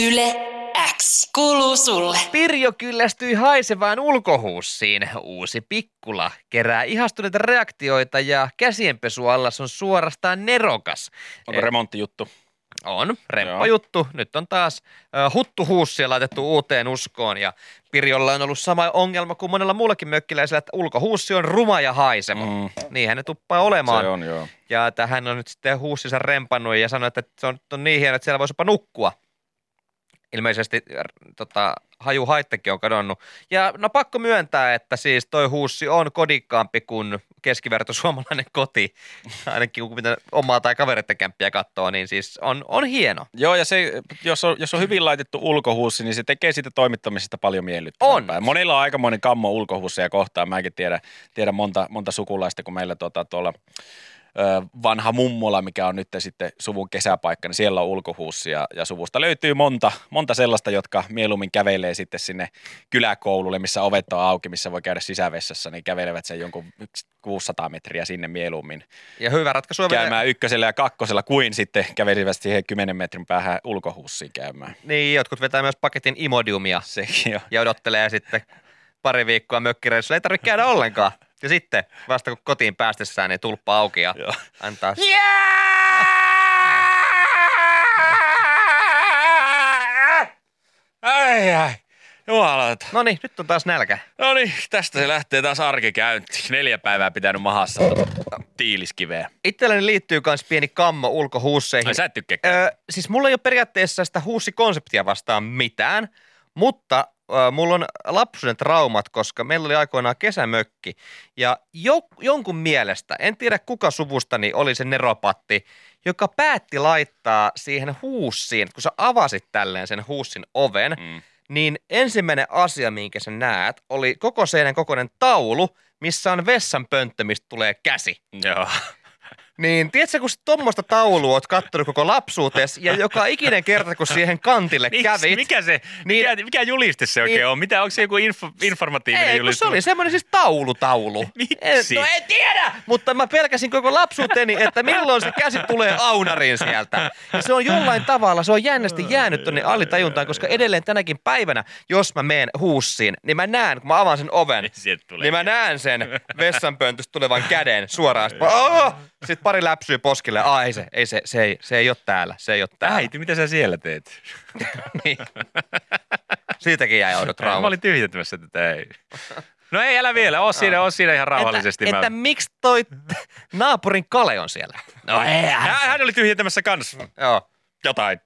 [SPEAKER 1] Yle X kuuluu sulle.
[SPEAKER 3] Pirjo kyllästyi haisevaan ulkohuussiin. Uusi pikkula kerää ihastuneita reaktioita ja käsienpesuallas on suorastaan nerokas.
[SPEAKER 2] Eh.
[SPEAKER 4] Onko remonttijuttu?
[SPEAKER 3] On,
[SPEAKER 4] Joo.
[SPEAKER 3] remppa juttu. Nyt on taas äh, huttuhuussia laitettu uuteen uskoon ja Pirjolla on ollut sama ongelma kuin monella muullakin mökkiläisellä, että ulkohuussi on ruma ja haiseva. Mm.
[SPEAKER 4] Mm,
[SPEAKER 3] Niinhän ne tuppaa olemaan.
[SPEAKER 4] se on, joo.
[SPEAKER 3] Ja että hän on nyt sitten huussinsa rempannut ja sanoi, että se on, on niin hieno, että siellä voisi jopa nukkua. Ilmeisesti äh, tota, haju haittakin on kadonnut. Ja no pakko myöntää, että siis toi huussi on kodikkaampi kuin keskiverto suomalainen koti. Ainakin kun mitä omaa tai kavereiden kämppiä katsoo, niin siis on, on hieno.
[SPEAKER 4] Joo, ja se, jos on, jos on hyvin laitettu ulkohuussi, niin se tekee siitä toimittamisesta paljon miellyttävämpää.
[SPEAKER 3] On.
[SPEAKER 4] Monilla on aikamoinen kammo ulkohuusseja kohtaan. Mäkin tiedän, tiedän monta, monta sukulaista, kun meillä tuota, tuolla ö, vanha mummola, mikä on nyt sitten suvun kesäpaikka, niin siellä on ulkohuussi ja, ja suvusta löytyy monta, monta sellaista, jotka mieluummin kävelee sitten sinne kyläkoululle, missä ovet on auki, missä voi käydä sisävessassa, niin kävelevät sen jonkun 600 metriä sinne mieluummin
[SPEAKER 3] Ja hyvä ratkaisu on vielä,
[SPEAKER 4] käymään ykkösellä ja kakkosella kuin sitten kävelivät siihen 10 metrin päähän ulkohussiin käymään.
[SPEAKER 3] niin jotkut vetää myös paketin imodiumia
[SPEAKER 4] Sekin on.
[SPEAKER 3] ja odottelee sitten pari viikkoa mökkireissulla. Ei tarvitse käydä ollenkaan. Ja sitten vasta kun kotiin päästessään, niin tulppa auki ja
[SPEAKER 4] Joo.
[SPEAKER 3] antaa
[SPEAKER 4] Ai ai, jumalauta.
[SPEAKER 3] No niin, nyt on taas nälkä.
[SPEAKER 4] No niin, tästä se lähtee taas arkikäynti. Neljä päivää pitänyt mahassa tuota tiiliskiveä.
[SPEAKER 3] Itselleni liittyy myös pieni kammo ulkohuusseihin.
[SPEAKER 4] Ai No sä et tykkää.
[SPEAKER 3] Öö, siis mulla ei ole periaatteessa sitä huussikonseptia vastaan mitään, mutta öö, mulla on lapsuuden traumat, koska meillä oli aikoinaan kesämökki. Ja jo, jonkun mielestä, en tiedä kuka suvustani oli se neropatti, joka päätti laittaa siihen huussiin, kun sä avasit tälleen sen huussin oven,
[SPEAKER 4] Mm.
[SPEAKER 3] niin ensimmäinen asia, minkä sä näet, oli koko seinän kokoinen taulu, missä on vessanpönttö, mistä tulee käsi.
[SPEAKER 4] Joo.
[SPEAKER 3] Niin, tiedätkö, kun sä tuommoista taulua oot kattonut koko lapsuutes ja joka ikinen kerta, kun siihen
[SPEAKER 4] Eh,
[SPEAKER 3] kantille
[SPEAKER 2] Miks-
[SPEAKER 3] kävit.
[SPEAKER 2] Mikä, se,
[SPEAKER 3] Niin-
[SPEAKER 2] mikä, mikä juliste se oikein
[SPEAKER 3] niin-
[SPEAKER 2] on? Mitä, onko se joku info, informatiivinen
[SPEAKER 3] Ei, kun
[SPEAKER 2] juliste?
[SPEAKER 3] se oli semmoinen siis taulutaulu.
[SPEAKER 2] Miksi?
[SPEAKER 3] En, no en tiedä, mutta mä pelkäsin koko lapsuuteni, että milloin se käsi tulee aunariin sieltä. Ja se on jollain tavalla, se on jännästi jäänyt tonne alitajuntaan, koska edelleen tänäkin päivänä, jos mä meen huussiin, niin mä näen, kun mä avaan sen oven,
[SPEAKER 2] Sieltä tulee.
[SPEAKER 3] Niin mä näen sen vessanpöntöstä tulevan käden suoraan. Sitten, oh! Sitten pari läpsyä poskille. Ai ei se, ei se, se, ei, se ei ole täällä, se ei ole täällä.
[SPEAKER 2] Äiti, mitä sä siellä teet?
[SPEAKER 3] Niin. Siitäkin jäi oudot
[SPEAKER 2] Mä
[SPEAKER 3] traumat.
[SPEAKER 2] olin tyhjentämässä tätä. Ei. No ei, älä vielä. Oo siinä, oo siinä ihan rauhallisesti.
[SPEAKER 3] Että,
[SPEAKER 2] mä...
[SPEAKER 3] että miksi toi naapurin Kale on siellä? No ei.
[SPEAKER 2] hän, hän oli tyhjentämässä kans
[SPEAKER 3] Joo,
[SPEAKER 2] jotain.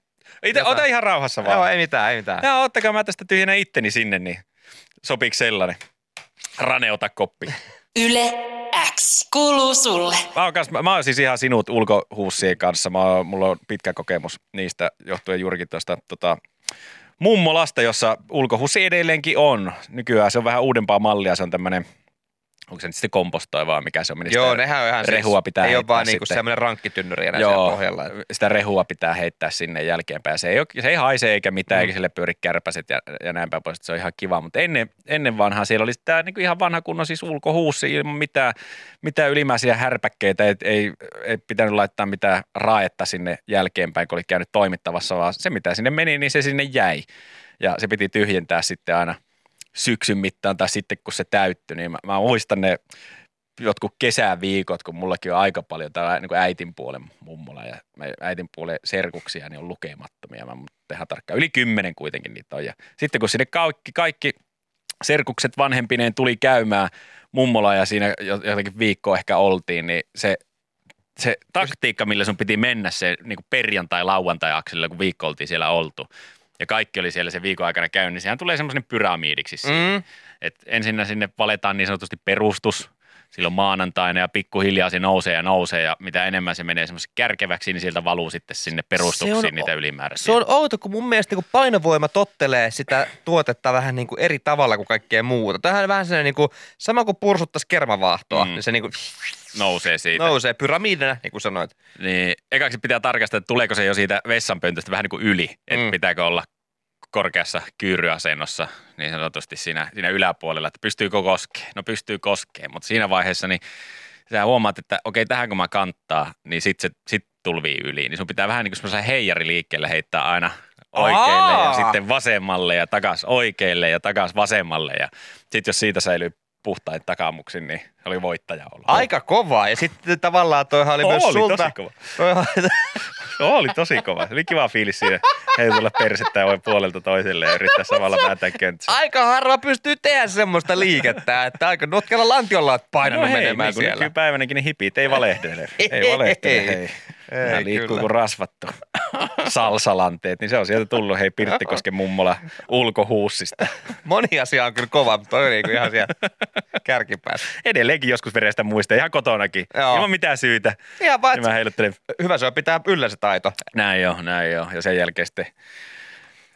[SPEAKER 2] Ite,
[SPEAKER 3] Jotain.
[SPEAKER 2] Ota ihan rauhassa vaan.
[SPEAKER 3] Joo ei mitään, ei mitään.
[SPEAKER 2] Joo, ottakaa mä tästä tyhjennä itteni sinne, niin sopiiko sellainen? Rane, ota koppi.
[SPEAKER 1] Yle X kuuluu sulle.
[SPEAKER 4] Mä oon, kans, mä, mä oon siis ihan sinut ulkohuussien kanssa. Mä oon, mulla on pitkä kokemus niistä johtuen juurikin tuosta tota, mummolasta, jossa ulkohuussi edelleenkin on. Nykyään se on vähän uudempaa mallia. Se on tämmöinen onko se nyt sitten kompostoi vai mikä se on, minne
[SPEAKER 3] Joo,
[SPEAKER 4] sitä
[SPEAKER 3] nehän on ihan
[SPEAKER 4] rehua
[SPEAKER 3] siis,
[SPEAKER 4] pitää
[SPEAKER 3] Ei ole
[SPEAKER 4] heittää
[SPEAKER 3] vaan niinku
[SPEAKER 4] sitten.
[SPEAKER 3] semmoinen rankkitynnyri enää siellä
[SPEAKER 4] Joo,
[SPEAKER 3] pohjalla.
[SPEAKER 4] sitä rehua pitää heittää sinne jälkeenpäin. Se ei, ole, se ei haise eikä mitään, mm. eikä sille pyöri kärpäset ja, ja näin päin pois. että Se on ihan kiva, mutta ennen, ennen vanhaa siellä oli tämä niin ihan vanha kunnon siis ulkohuussi ilman mitään, mitään ylimääräisiä härpäkkeitä. Et, ei, ei pitänyt laittaa mitään raetta sinne jälkeenpäin, kun oli käynyt toimittavassa, vaan se mitä sinne meni, niin se sinne jäi. Ja se piti tyhjentää sitten aina syksyn mittaan tai sitten kun se täyttyi, niin mä, mä muistan ne jotkut kesäviikot, kun mullakin on aika paljon täällä niin äitin puolen mummola ja mä- äitin puolen serkuksia, niin on lukemattomia, mä tehdään tarkkaan. Yli kymmenen kuitenkin niitä on. Ja sitten kun sinne kaikki, kaikki serkukset vanhempineen tuli käymään mummola ja siinä jo- jotenkin viikko ehkä oltiin, niin se, se taktiikka, millä sun piti mennä se niin perjantai-lauantai-akselilla, kun viikko oltiin siellä oltu, ja kaikki oli siellä se viikon aikana käynyt, niin sehän tulee semmoisen pyramiidiksi siinä.
[SPEAKER 3] Mm.
[SPEAKER 4] Et ensinnä sinne valetaan niin sanotusti perustus silloin maanantaina ja pikkuhiljaa se nousee ja nousee ja mitä enemmän se menee semmoisen kärkeväksi, niin sieltä valuu sitten sinne perustuksiin
[SPEAKER 3] Se on-
[SPEAKER 4] niitä ylimääräisiä.
[SPEAKER 3] Se on outo, kun mun mielestä niin painovoima tottelee sitä tuotetta vähän niin kuin eri tavalla kuin kaikkea muuta. Tämähän on vähän sellainen niin kuin, sama kuin pursuttaisi kermavaahtoa,
[SPEAKER 4] Mm.
[SPEAKER 3] mm. niin se niin kuin
[SPEAKER 4] Nousee siitä.
[SPEAKER 3] nousee pyramidina, niin kuin sanoit.
[SPEAKER 4] Niin, ekaksi pitää tarkastaa, että tuleeko se jo siitä vessanpöntöstä vähän niin kuin yli, että
[SPEAKER 3] Mm.
[SPEAKER 4] pitääkö olla korkeassa kyyryasennossa niin sanotusti siinä, siinä yläpuolella, että pystyykö koskeen. No pystyy koskeen, mutta siinä vaiheessa niin sä huomaat, että okei, tähän kun mä kanttaa, niin sit se sit tulvii yli. Niin sun pitää vähän niin kuin semmoisella heijariliikkeellä heittää aina oikealle ja
[SPEAKER 3] Aa!
[SPEAKER 4] sitten vasemmalle ja takas oikealle ja takas vasemmalle. Ja sitten jos siitä säilyy puhtain takamuksin, niin oli voittaja olla.
[SPEAKER 3] Aika kovaa. Ja sitten tavallaan toihan oli,
[SPEAKER 4] Oh. oli
[SPEAKER 3] myös sulta.
[SPEAKER 4] tosi kova.
[SPEAKER 3] Toihan,
[SPEAKER 4] No, oli tosi kova. Se oli kiva fiilis siinä heitellä persettä ja voi puolelta toiselle ja yrittää samalla päätä köntsää.
[SPEAKER 3] aika harva pystyy tehdä semmoista liikettä, että aika notkella lantiolla oot painanut no menemään
[SPEAKER 4] niin kuin
[SPEAKER 3] siellä.
[SPEAKER 4] nykypäivänäkin niin hipit ei valehdele. Ei valehtele, hei. Nämä liikkuu kuin rasvattu. Salsalanteet, niin se on sieltä tullut, hei Pirttikosken mummola ulkohuussista.
[SPEAKER 3] Moni asia on kyllä kova, mutta toi oli niinku ihan siellä kärkipäässä.
[SPEAKER 4] Edelleenkin joskus verestä muista, ihan kotonakin,
[SPEAKER 3] Joo.
[SPEAKER 4] ilman mitään syytä.
[SPEAKER 3] Ihan vaan,
[SPEAKER 4] Niin mä heiluttelen
[SPEAKER 3] hyvä se on pitää yllä se taito.
[SPEAKER 4] näin joo, näin joo. Ja sen jälkeen sitten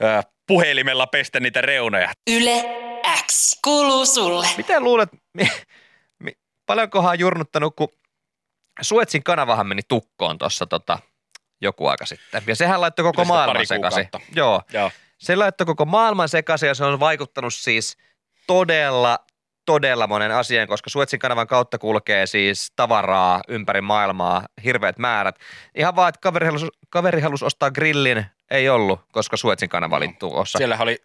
[SPEAKER 4] ö, puhelimella pestä niitä reunoja.
[SPEAKER 1] Yle X kuuluu sulle.
[SPEAKER 3] Miten luulet, mi, mi, paljonkohan on jurnuttanut, kun Suetsin kanavahan meni tukkoon tuossa tota, joku aika sitten. Ja sehän laittoi koko
[SPEAKER 4] Kyllä sitä pari
[SPEAKER 3] maailman sekaisin.
[SPEAKER 4] kuukautta.
[SPEAKER 3] Joo.
[SPEAKER 4] Joo.
[SPEAKER 3] Se laittoi koko maailman sekaisin ja se on vaikuttanut siis todella, todella monen asian, koska Suetsin kanavan kautta kulkee siis tavaraa ympäri maailmaa, hirveät määrät. Ihan vaan, että kaveri halusi, kaveri halusi ostaa grillin, ei ollut, koska Suetsin kanava
[SPEAKER 4] Mm.
[SPEAKER 3] oli tuossa.
[SPEAKER 4] Siellähän oli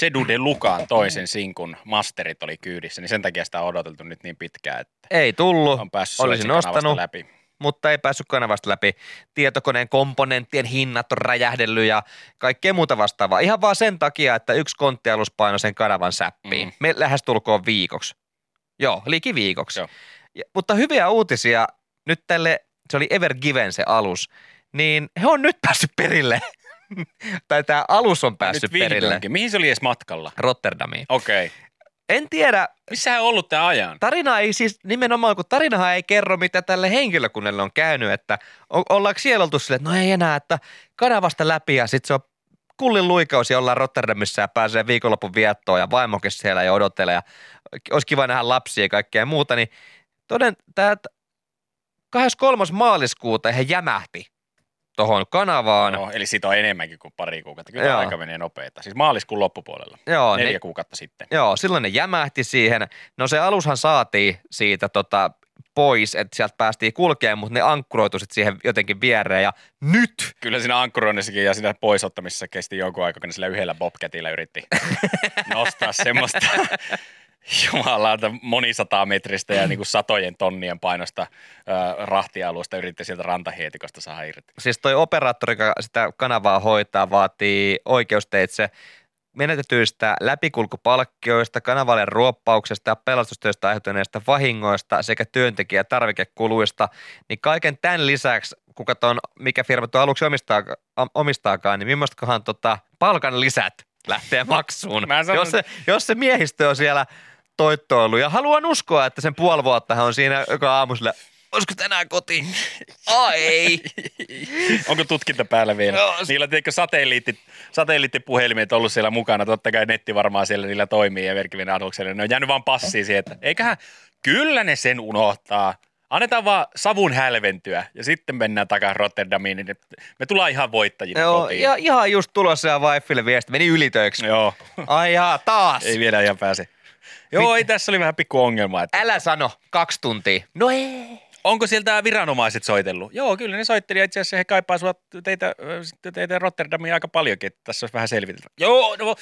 [SPEAKER 4] Cedu de Lucan toisen sinkun masterit oli kyydissä, niin sen takia sitä on odoteltu nyt niin pitkään, että
[SPEAKER 3] Ei tullut.
[SPEAKER 4] on päässyt
[SPEAKER 3] Oh, Olisin
[SPEAKER 4] Suezin kanavasta
[SPEAKER 3] ostanut.
[SPEAKER 4] läpi.
[SPEAKER 3] mutta ei päässyt kanavasta läpi. Tietokoneen komponenttien hinnat on räjähdellyt ja kaikkea muuta vastaavaa. Ihan vaan sen takia, että yksi konttialus painoi sen kanavan säppiin.
[SPEAKER 4] Mm.
[SPEAKER 3] Mm. Me lähestulkoon viikoksi. Joo, liki viikoksi.
[SPEAKER 4] Joo.
[SPEAKER 3] Ja, mutta hyviä uutisia nyt tälle, se oli Ever Given se alus, niin he on nyt päässyt perille. tai tämä alus on päässyt
[SPEAKER 4] Nyt
[SPEAKER 3] perille.
[SPEAKER 4] vihdoinkin. Mihin se oli edes matkalla?
[SPEAKER 3] Rotterdamiin.
[SPEAKER 4] Okei. Okay.
[SPEAKER 3] En tiedä,
[SPEAKER 4] Missä hän on ollut tämän ajan?
[SPEAKER 3] Tarina ei siis, nimenomaan kun tarinahan ei kerro, mitä tälle henkilökunnalle on käynyt, että o- ollaanko siellä oltu silleen, että no ei enää, että kanavasta läpi ja sitten se on kullin luikaus ja ollaan Rotterdamissa ja pääsee viikonlopun viettoon ja vaimokin siellä ja odottelee ja olisi kiva nähdä lapsia ja kaikkea muuta, niin toden, tämä 23. maaliskuuta he jämähti tuohon kanavaan.
[SPEAKER 4] No, eli siitä on enemmänkin kuin pari kuukautta. Kyllä
[SPEAKER 3] Joo.
[SPEAKER 4] aika menee nopeita. Siis maaliskuun loppupuolella.
[SPEAKER 3] Joo, niin-
[SPEAKER 4] Neljä
[SPEAKER 3] ne-
[SPEAKER 4] kuukautta sitten.
[SPEAKER 3] Joo, silloin ne jämähti siihen. No se alushan saatiin siitä tota, pois, että sieltä päästiin kulkemaan, mutta ne ankkuroitu sitten siihen jotenkin viereen ja nyt
[SPEAKER 4] Kyllä siinä ankkuroinnissakin ja siinä poisottamisessa kesti jonkun aikaa, kun ne sillä yhdellä bobcatilla yritti nostaa semmoista jumalauta monisataa metristä ja niin kuin satojen tonnien painosta ö, rahtialusta yritti sieltä rantahietikosta saada irti.
[SPEAKER 3] siis toi operaattori, joka sitä kanavaa hoitaa, vaatii oikeusteitse menetetyistä läpikulkupalkkioista, kanavalle ruoppauksesta ja pelastustyöstä aiheutuneista vahingoista sekä työntekijä- ja tarvikekuluista, niin kaiken tämän lisäksi, kuka ton, mikä firma tuo aluksi omistaa, am- omistaakaan, niin millaistakohan tota, palkan lisät lähtee maksuun.
[SPEAKER 4] Mä sanon-
[SPEAKER 3] Jos se, jos se miehistö on siellä toittoillut ja haluan uskoa, että sen puoli vuotta hän on siinä joka aamu sillä, olisiko tänään kotiin? Ai ei.
[SPEAKER 4] Onko tutkinta päällä vielä?
[SPEAKER 3] Joo.
[SPEAKER 4] Niillä tiedätkö, satelliitti, satelliittipuhelimet ollut siellä mukana. Totta kai netti varmaan siellä niillä toimii ja verkkivien aluksella. Ne on jäänyt vaan passiin siihen, että eiköhän Kyllä ne sen unohtaa. Annetaan vaan savun hälventyä ja sitten mennään takaisin Rotterdamiin. niin Me tullaan ihan voittajina
[SPEAKER 3] Joo,
[SPEAKER 4] kotiin.
[SPEAKER 3] ja ihan just tulossa ja Wiffille viesti, meni ylitöiksi.
[SPEAKER 4] Joo,
[SPEAKER 3] Ai jaa, taas.
[SPEAKER 4] ei vielä ihan pääse. Joo, ei tässä oli vähän pikku ongelma. Että
[SPEAKER 3] Älä sano, kaksi tuntia. No ei.
[SPEAKER 4] onko sieltä viranomaiset soitellut? Joo, kyllä ne soitteli. ja Itse asiassa he kaipaa sua teitä, ö, sitten teitä Rotterdamia aika paljonkin. Että tässä olisi vähän selvitelty. Joo, no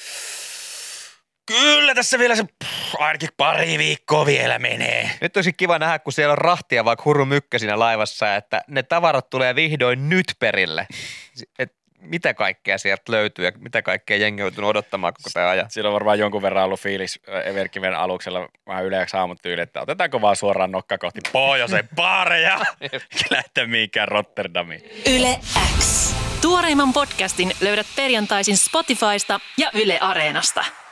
[SPEAKER 4] kyllä tässä vielä se pff, ainakin pari viikkoa vielä menee.
[SPEAKER 3] Nyt olisi kiva nähdä, kun siellä on rahtia vaikka hurru mykkä siinä laivassa, että ne tavarat tulee vihdoin nyt perille. Et mitä kaikkea sieltä löytyy ja mitä kaikkea jengi on joutunut odottamaan koko tämä ajan.
[SPEAKER 4] Sillä on varmaan jonkun verran ollut fiilis ö, Everkiven aluksella vähän yleensä aamun tyyli, että otetaanko vaan suoraan nokka kohti pohjoisen baareja, eikä lähteä mihinkään Rotterdamiin.
[SPEAKER 5] Yle X. Tuoreimman podcastin löydät perjantaisin Spotifysta ja Yle Areenasta.